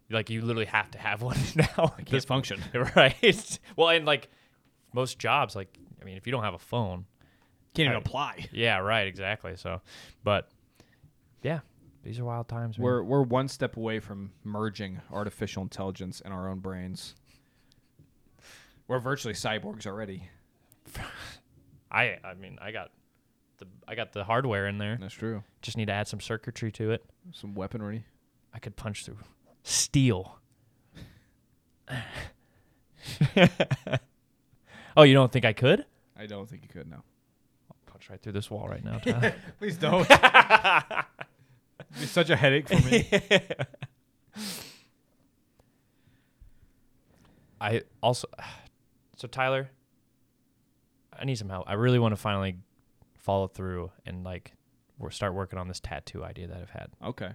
S2: Like you literally have to have *laughs* one now. at this
S1: This function.
S2: *laughs* right well and like most jobs like i mean if you don't have a phone
S1: Can't even
S2: Right.
S1: apply.
S2: yeah right exactly so but yeah these are wild times man.
S1: We're we're one step away from merging artificial intelligence and our own brains. We're virtually cyborgs already.
S2: i i mean i got the i got the hardware in there
S1: That's true.
S2: just need to add some circuitry to it
S1: Some weaponry.
S2: i could punch through steel *laughs* oh you don't think i could
S1: I don't think you could now.
S2: I'll punch right through this wall right now Tyler.
S1: Please *laughs* don't. it's such a headache for *laughs* me.
S2: I also *sighs* so Tyler, I need some help. I really want to finally follow through and like we start working on this tattoo idea that I've had,
S1: Okay.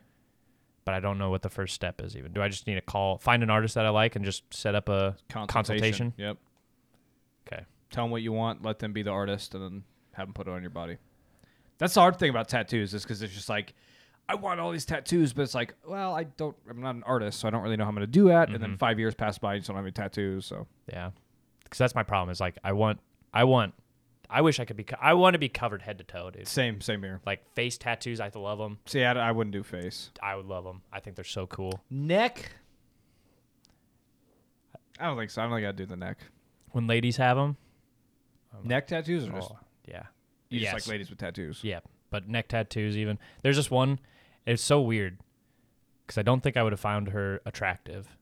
S2: but I don't know what the first step is even. Do I just need to call find an artist that I like and just set up a Consultation.
S1: Yep.
S2: Okay.
S1: Tell them what you want. Let them be the artist, and then have them put it on your body. That's the hard thing about tattoos, is because it's just like, I want all these tattoos, but it's like, well, I don't. I'm not an artist, so I don't really know how I'm gonna do that. And
S2: Mm-hmm.
S1: then five years pass by, and you still don't have any tattoos. So
S2: Yeah. Cuz that's my problem is like I want I want I wish I could be co- I want to be covered head to toe, dude.
S1: same, same here.
S2: Like face tattoos, I love them.
S1: See, I, I wouldn't do face,
S2: I would love them. I think they're so cool.
S1: neck. I don't think so. I don't think I'd do the neck.
S2: When ladies have them,
S1: Neck tattoos are just
S2: oh, yeah.
S1: you
S2: Yes.
S1: just like ladies with tattoos.
S2: Yeah, but neck tattoos even. There's this one. It's so weird because I don't think I would have found her attractive,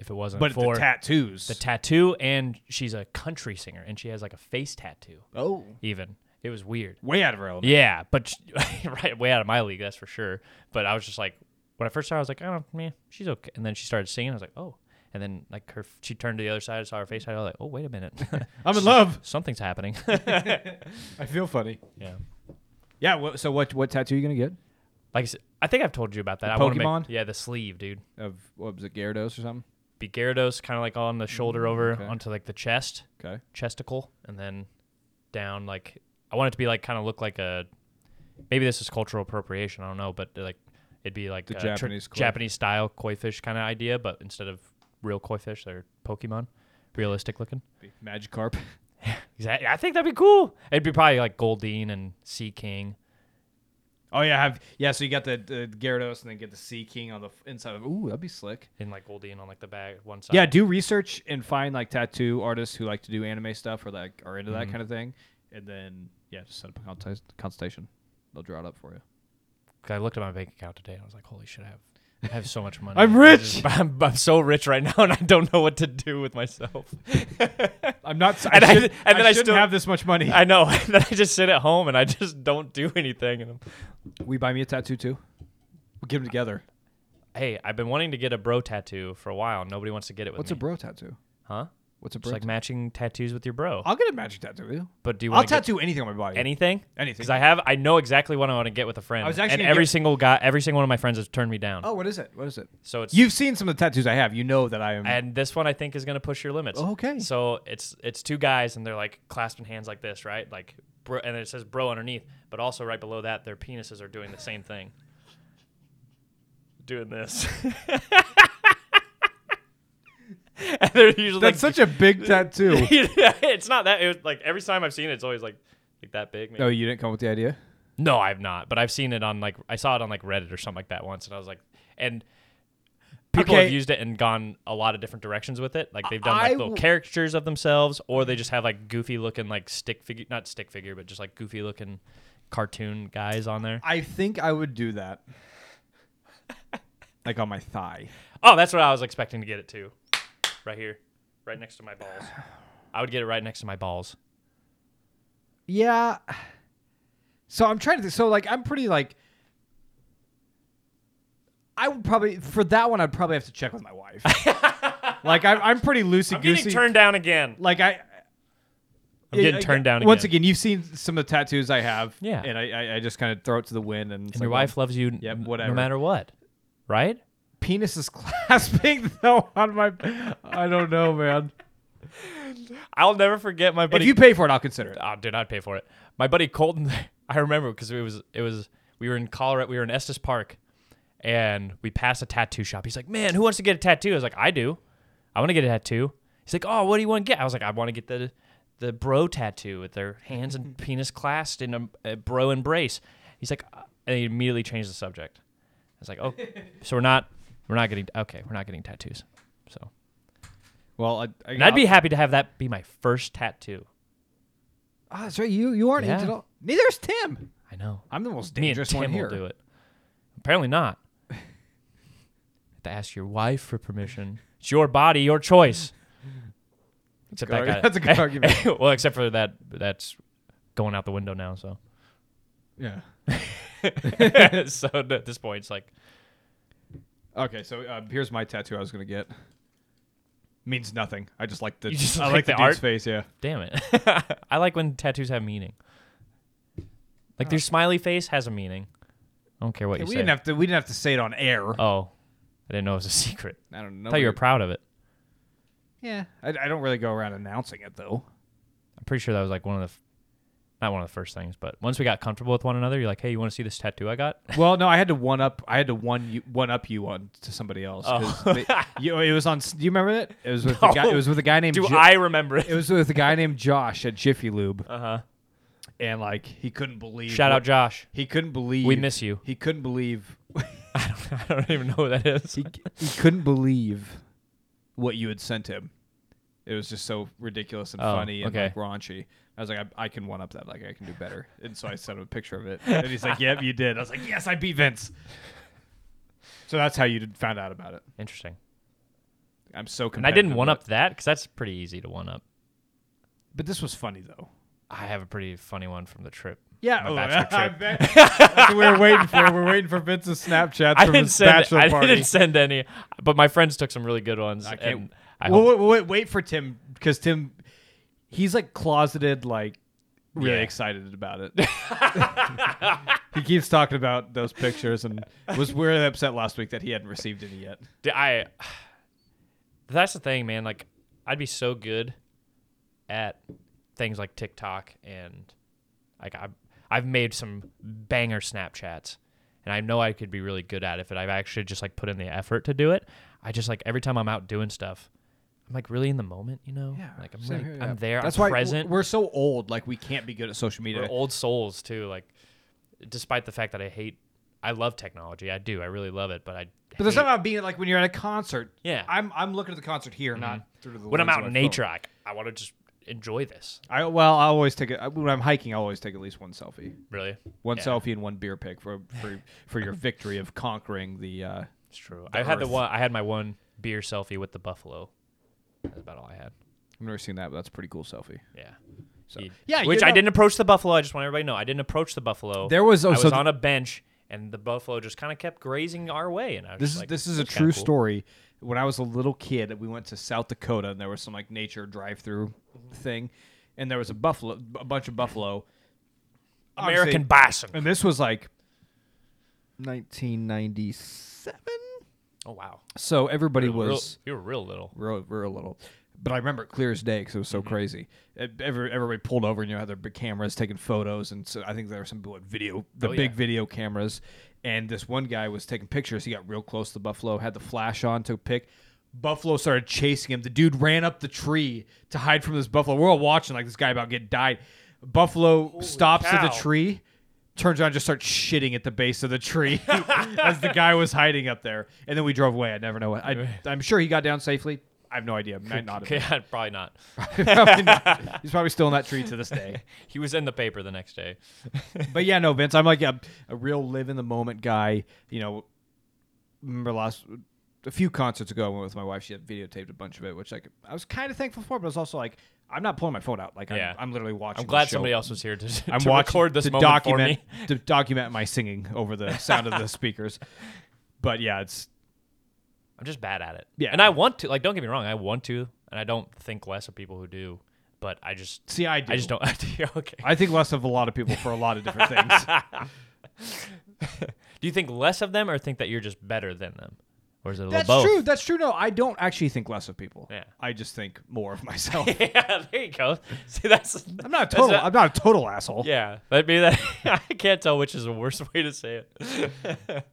S2: if it wasn't
S1: But
S2: for
S1: the tattoos.
S2: the tattoo and she's a country singer and she has like a face tattoo
S1: oh,
S2: even. It was weird.
S1: way out of her element.
S2: Yeah, but sh- *laughs* right way out of my league, that's for sure. But I was just like, when I first saw, her, I was like, oh man, she's okay. And then she started singing. I was like, oh. And then like her, she turned to the other side. I saw her face. I was like, oh wait a minute, *laughs*
S1: I'm in love.
S2: something's happening. *laughs*
S1: I feel funny.
S2: yeah.
S1: Yeah. Wh- so what? What tattoo are you gonna get?
S2: Like I, said, I think I've told you about that. I
S1: The
S2: wanna make-
S1: Pokemon?
S2: yeah, the sleeve, dude.
S1: Of what was it, Gyarados or something?
S2: Be Gyarados, kind of like on the shoulder over
S1: Mm, Okay.
S2: onto like the chest,
S1: Okay.
S2: chesticle, and then down like I want it to be like kind of look like a maybe this is cultural appropriation. I don't know, but like it'd be like
S1: The
S2: a tr-
S1: Japanese koi.
S2: Japanese style koi fish kind of idea, but instead of real koi fish, they're Pokemon, realistic looking.
S1: Magikarp. *laughs*
S2: Exactly. I think that'd be cool. It'd be probably like Goldeen and Sea King.
S1: Oh yeah, have yeah. So you got the, the Gyarados and then get the Sea King on the f- inside of. Ooh, that'd be slick.
S2: And like Goldeen on like the bag one side.
S1: Yeah, do research and find like tattoo artists who like to do anime stuff or like are into that kind of thing, and then yeah, just set up a consulta- consultation. They'll draw it up for you.
S2: 'Cause I looked at my bank account today and I was like, holy shit, I have, I have
S1: *laughs*
S2: so much money.
S1: I'm rich!
S2: *laughs* I'm, I'm so rich right now and I don't know what to do with myself.
S1: *laughs* I'm not.
S2: And
S1: *laughs*
S2: I- and then I
S1: shouldn't
S2: still-
S1: have this much money. *laughs*
S2: I know. *laughs* And then I just sit at home and I just don't do anything. And I'm,
S1: we buy me a tattoo too. We'll get them together.
S2: hey, I've been wanting to get a bro tattoo for a while. and Nobody wants to get it with
S1: What's
S2: me.
S1: a bro tattoo?
S2: Huh?
S1: What's a
S2: It's
S1: bro?
S2: like
S1: tattoo?
S2: matching tattoos with your bro.
S1: I'll get a magic tattoo. Ew.
S2: but do you
S1: I'll
S2: want to
S1: tattoo anything on my body.
S2: anything?
S1: Anything.
S2: Because I have, I know exactly what I want to get with a friend.
S1: I was actually
S2: and
S1: gonna
S2: every
S1: get-
S2: single guy, every single one of my friends has turned me down.
S1: oh, what is it? What is it?
S2: So it's
S1: You've seen some of the tattoos I have. You know that I am.
S2: and this one I think is gonna push your limits.
S1: Mm-hmm. Okay.
S2: So it's it's two guys and they're like clasping hands like this, right? Like bro, and it says bro underneath, but also right below that, their penises are doing the same thing. Doing this. *laughs* and they're usually
S1: That's
S2: like,
S1: such a
S2: *laughs*
S1: big tattoo.
S2: it's not that. It was like every time I've seen it, it's always like like that big. Maybe.
S1: no, you didn't come with the idea.
S2: No, I've not, but I've seen it on like I saw it on like Reddit or something like that once, and I was like, and people
S1: Okay.
S2: have used it and gone a lot of different directions with it. Like they've done
S1: I
S2: like little
S1: w-
S2: caricatures of themselves, or they just have like goofy looking like stick figure, not stick figure, but just like goofy looking cartoon guys on there.
S1: I think I would do
S2: *laughs*
S1: that. like on my thigh.
S2: Oh, that's what I was expecting to get it too, right here, right next to my balls. I would get it right next to my balls.
S1: Yeah. So I'm trying to. think- So like I'm pretty like. I would probably for that one I'd probably have to check with my
S2: *laughs*
S1: wife. like I'm, I'm pretty loosey
S2: I'm getting
S1: goosey.
S2: turned down again.
S1: like I.
S2: I'm getting turned down
S1: Once
S2: again.
S1: again, you've seen some of the tattoos I have.
S2: Yeah.
S1: And I, I, I just kind of throw it to the wind and. it's
S2: And your
S1: like,
S2: wife loves you, n-
S1: Yeah,
S2: no
S1: whatever.
S2: matter what, right?
S1: penis is *laughs* clasping though on my. I don't know, man.
S2: I'll never forget my buddy.
S1: if you pay for it, I'll consider it.
S2: Oh, dude, I'd pay for it. My buddy Colton, *laughs* I remember because it was it was we were in Colorado, we were in Estes Park, and we passed a tattoo shop. He's like, "Man, who wants to get a tattoo?" I was like, "I do. I want to get a tattoo." He's like, "Oh, what do you want to get?" I was like, "I want to get the the bro tattoo with their hands *laughs* and penis clasped in a, a bro embrace." He's like, uh, and he immediately changed the subject. I was like, *laughs* "Oh, so we're not we're not getting okay, we're not getting tattoos." So,
S1: Well, I, I,
S2: and I'd be happy to have that be my first tattoo.
S1: Ah, that's right. You you aren't
S2: Yeah.
S1: into. Neither is Tim.
S2: I know.
S1: I'm the most
S2: Me and
S1: dangerous
S2: Tim
S1: one here.
S2: will do it. Apparently
S1: *laughs*
S2: not. have to ask your wife for permission. It's your body, your choice. Except
S1: good argu- *laughs* that's a good argument.
S2: *laughs* well, except for that, that's going out the window now.
S1: *laughs*
S2: So, *laughs*
S1: Yeah.
S2: so at this point, it's like
S1: Okay, so uh, here's my tattoo I was gonna get. Means nothing. I just like the
S2: You just
S1: I
S2: like
S1: like the,
S2: the
S1: dude's
S2: art?
S1: face. Yeah.
S2: Damn it. *laughs* I like when tattoos have meaning. Like their smiley face has a meaning. I don't care what
S1: Hey,
S2: you
S1: Oh. we
S2: say.
S1: didn't have to. We didn't have to say it on air.
S2: oh, I didn't know it was a secret.
S1: I don't know.
S2: I thought you were proud of it.
S1: yeah. I, I don't really go around announcing it though.
S2: I'm pretty sure that was like one of the, f- not one of the first things, but once we got comfortable with one another, you're like, hey, you want to see this tattoo I got?
S1: Well, no, I had to one up. I had to one you, one up you on to somebody else. 'cause they- you- it was on. Do you remember it? It was with a guy. It
S2: Oh. *laughs* No.
S1: was with a guy named.
S2: Do
S1: Jo-
S2: I remember it?
S1: It was with a guy named Josh at Jiffy Lube,
S2: Uh huh.
S1: and like he couldn't believe.
S2: Shout
S1: what-
S2: out Josh.
S1: He couldn't believe.
S2: We miss you.
S1: He couldn't believe.
S2: *laughs* I don't, I don't even know who that is.
S1: he, he couldn't believe what you had sent him. It was just so ridiculous and
S2: Oh,
S1: funny and
S2: okay.
S1: like raunchy. I was like, I, I can one up that. Like, I can do better. And so I sent him a picture
S2: *laughs*
S1: of it. And he's like, Yep, you did. I was like, Yes, I beat Vince. So that's how you did- found out about it.
S2: Interesting.
S1: I'm so
S2: And I
S1: competitive.
S2: didn't one
S1: but-
S2: up that because that's pretty easy to one up.
S1: But this was funny though.
S2: I have a pretty funny one from the trip.
S1: Yeah,
S2: My
S1: oh, *laughs*
S2: bachelor
S1: I
S2: trip.
S1: bet. That's what we were waiting for. We're waiting for Vince's Snapchat
S2: *laughs* I
S1: from
S2: didn't
S1: his
S2: send.
S1: bachelor
S2: I
S1: party.
S2: didn't send any, but my friends took some really good ones.
S1: I can't-
S2: and I
S1: well,
S2: hope-
S1: wait, wait, wait for Tim because Tim, he's like closeted, like really
S2: Yeah.
S1: excited about it. *laughs* he keeps talking about those pictures and was really upset last week that he hadn't received any yet.
S2: Dude, I. *sighs* That's the thing, man. Like, I'd be so good at things like TikTok and like I, I've made some banger Snapchats, and I know I could be really good at it if I've actually just like put in the effort to do it. I just like every time I'm out doing stuff, I'm like really in the moment, you know. like I'm really, I'm there.
S1: That's
S2: I'm
S1: why
S2: present.
S1: We're so old. Like we can't be good at social media.
S2: We're old souls too. Like, despite the fact that I hate, I love technology. I do. I really love it. But I.
S1: But there's
S2: hate-
S1: something about being like when you're at a concert.
S2: Yeah. Mm-hmm.
S1: I'm I'm looking at the concert here, not through the
S2: when I'm
S1: lens of
S2: out in
S1: my phone.
S2: nature, I, I want to just enjoy this.
S1: I well, I always take a, when I'm hiking. I always take at least one selfie,
S2: Really,
S1: one
S2: Yeah.
S1: selfie and one beer pick for for, for
S2: *laughs*
S1: your victory of conquering the. Uh,
S2: It's true. I had the
S1: earth.
S2: one. I had my one beer selfie with the buffalo. That's about all I had.
S1: I've never seen that, but that's a pretty cool selfie.
S2: Yeah.
S1: So
S2: Ye-
S1: yeah, you
S2: which I
S1: know-
S2: didn't approach the buffalo. I just want everybody to know I didn't approach the buffalo.
S1: There was- oh,
S2: I
S1: so
S2: was
S1: th-
S2: on a bench and the buffalo just kind of kept grazing our way. And I was
S1: This
S2: just
S1: is
S2: like,
S1: this is a
S2: "That's kinda
S1: true
S2: cool."
S1: story. When I was a little kid, we went to South Dakota, and there was some like nature drive-through thing, and there was a buffalo, a bunch of buffalo. Obviously-
S2: American bison.
S1: and this was like 1997.
S2: Oh wow,
S1: So everybody
S2: We were real-
S1: was
S2: we were real little. *laughs*
S1: real, real little. But I remember it clear as day because it was
S2: Mm-hmm.
S1: so crazy. E- Every, everybody pulled over and you know had their big cameras taking photos, and so I think there were some what, video, the
S2: Oh, yeah.
S1: big video cameras. And this one guy was taking pictures. He got real close to the buffalo, had the flash on, took a pic. Buffalo started chasing him. The dude ran up the tree to hide from this buffalo. We're all watching like this guy about to get died. Buffalo stops at the
S2: cow.
S1: tree, turns around, and just starts shitting at the base of the tree *laughs* as the guy was hiding up there. And then we drove away. I never know.
S2: *laughs*
S1: I, I'm sure he got down safely. I have no idea. Might not have.
S2: Yeah, probably not. *laughs*
S1: been. *laughs* Probably not. He's probably still in that tree to this day.
S2: He was in the paper the next day.
S1: But yeah, no, Vince. I'm like a, a real live in the moment guy. You know, remember last a few concerts ago, I went with my wife. She had videotaped a bunch of it, which like I was kind of thankful for, but I was also like, I'm not pulling my phone out. Like
S2: Yeah.
S1: I'm, I'm literally watching.
S2: I'm
S1: the
S2: glad
S1: show.
S2: somebody else was here to, *laughs*
S1: I'm
S2: to
S1: watching
S2: record this
S1: to
S2: moment
S1: document
S2: for me.
S1: to document my singing over the sound
S2: *laughs*
S1: of the speakers. But yeah, it's
S2: I'm just bad at it.
S1: Yeah.
S2: and I want to. Like, don't get me wrong, I want to, and I don't think less of people who do. But I just,
S1: see, I do.
S2: I just don't. *laughs* Yeah, okay.
S1: I think less of a lot of people for a lot of different
S2: *laughs*
S1: things.
S2: do you think less of them, or think that you're just better than them, or is it a
S1: That's
S2: little both? *laughs*
S1: true. That's true. No, I don't actually think less of people.
S2: Yeah.
S1: I just think more of
S2: *laughs*
S1: myself.
S2: yeah, there you go. *laughs* See, that's.
S1: I'm not a total.
S2: That's
S1: I'm not a total asshole.
S2: yeah, that'd be that. *laughs* I can't tell which is the worst *laughs* way to say it.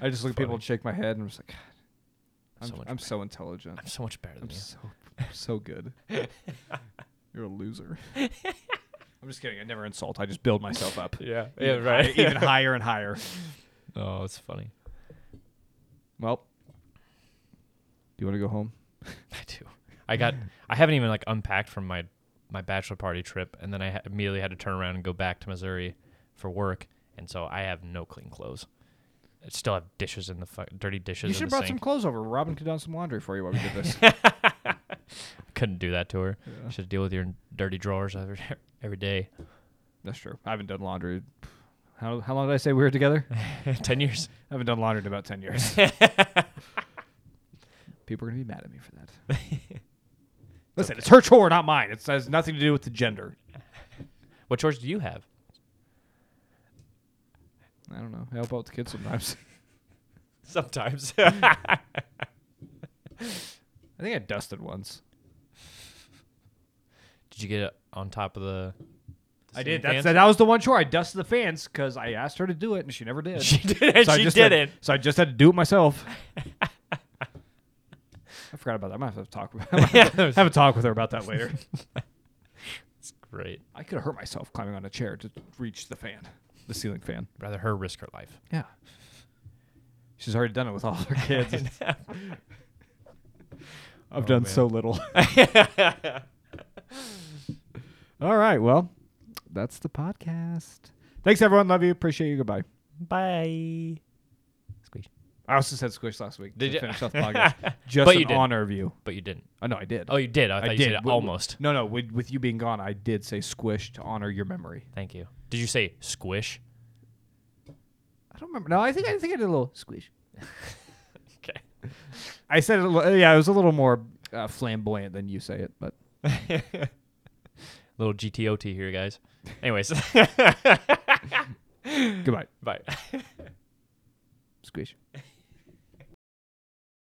S1: I just look at people and shake my head, and I'm just
S2: *sighs*
S1: like, God,
S2: So
S1: I'm,
S2: much
S1: I'm so intelligent.
S2: I'm so much better than
S1: I'm
S2: you.
S1: so I'm so
S2: *laughs*
S1: good. You're a loser. I'm just kidding. I never insult. I just build myself up.
S2: Yeah, yeah,
S1: Even
S2: right. *laughs*
S1: higher- even higher and higher.
S2: Oh, it's funny.
S1: Well, do you want to go home?
S2: *laughs* I do. I got. I haven't even like unpacked from my my bachelor party trip, and then I ha- immediately had to turn around and go back to Missouri for work, and so I have no clean clothes. I still have dishes in the fu- dirty dishes.
S1: You
S2: in
S1: should have
S2: the
S1: brought some
S2: sink.
S1: clothes over. Robin could done some laundry for you while we did *laughs* this.
S2: *laughs* Couldn't do that to her. Should deal with your dirty drawers every *laughs* every day.
S1: That's true. I haven't done laundry. How, how long did I say we were *laughs* together? I
S2: Ten years.
S1: haven't done laundry in about 10 *laughs* years. People are going to be mad at me for that. *laughs* Listen, it's her chore, not mine. It's, it has nothing to do with the gender.
S2: What chores do you have?
S1: I don't know. I help out with the kids sometimes.
S2: *laughs* Sometimes.
S1: *laughs* I think I dusted once.
S2: Did you get it on top of the? the
S1: I did.
S2: ceiling
S1: That's,
S2: fans?
S1: that was the one chore. I dusted the fans because I asked her to do it and she never did.
S2: *laughs* She did it.
S1: I
S2: she
S1: just
S2: did
S1: had-
S2: it.
S1: So I just had to do it
S2: *laughs*
S1: myself. I forgot about *laughs* that. I might have to talk.
S2: *laughs*
S1: I might have, to have a talk with her about that later.
S2: It's great.
S1: I could have hurt myself climbing on a chair to reach the fan, the ceiling fan.
S2: Rather her risk her life.
S1: Yeah. She's already done it with all
S2: *laughs*
S1: her kids. Oh, I've done
S2: man.
S1: so
S2: *laughs*
S1: little. *laughs* all right. Well, that's the podcast. Thanks, everyone. Love you. Appreciate you. Goodbye.
S2: Bye. Squeeze.
S1: I also said squish last week
S2: Did
S1: to
S2: you- *laughs*
S1: finish off the podcast. Just
S2: But
S1: an
S2: you did.
S1: honor of you.
S2: *laughs* But you didn't.
S1: Oh, no, I did.
S2: Oh, you did. I thought you said
S1: Wi- wi-
S2: almost.
S1: No, no. With, with you being gone, I did say squish to honor your memory.
S2: Thank you. Did you say squish? *laughs*
S1: I don't remember. No, I think I think I did a little squish.
S2: Okay.
S1: I said it. a li- Yeah, it was a little more uh, flamboyant than you say it, but
S2: *laughs* Little GTOT here, guys. Anyways, *laughs*
S1: goodbye.
S2: bye.
S1: Squish.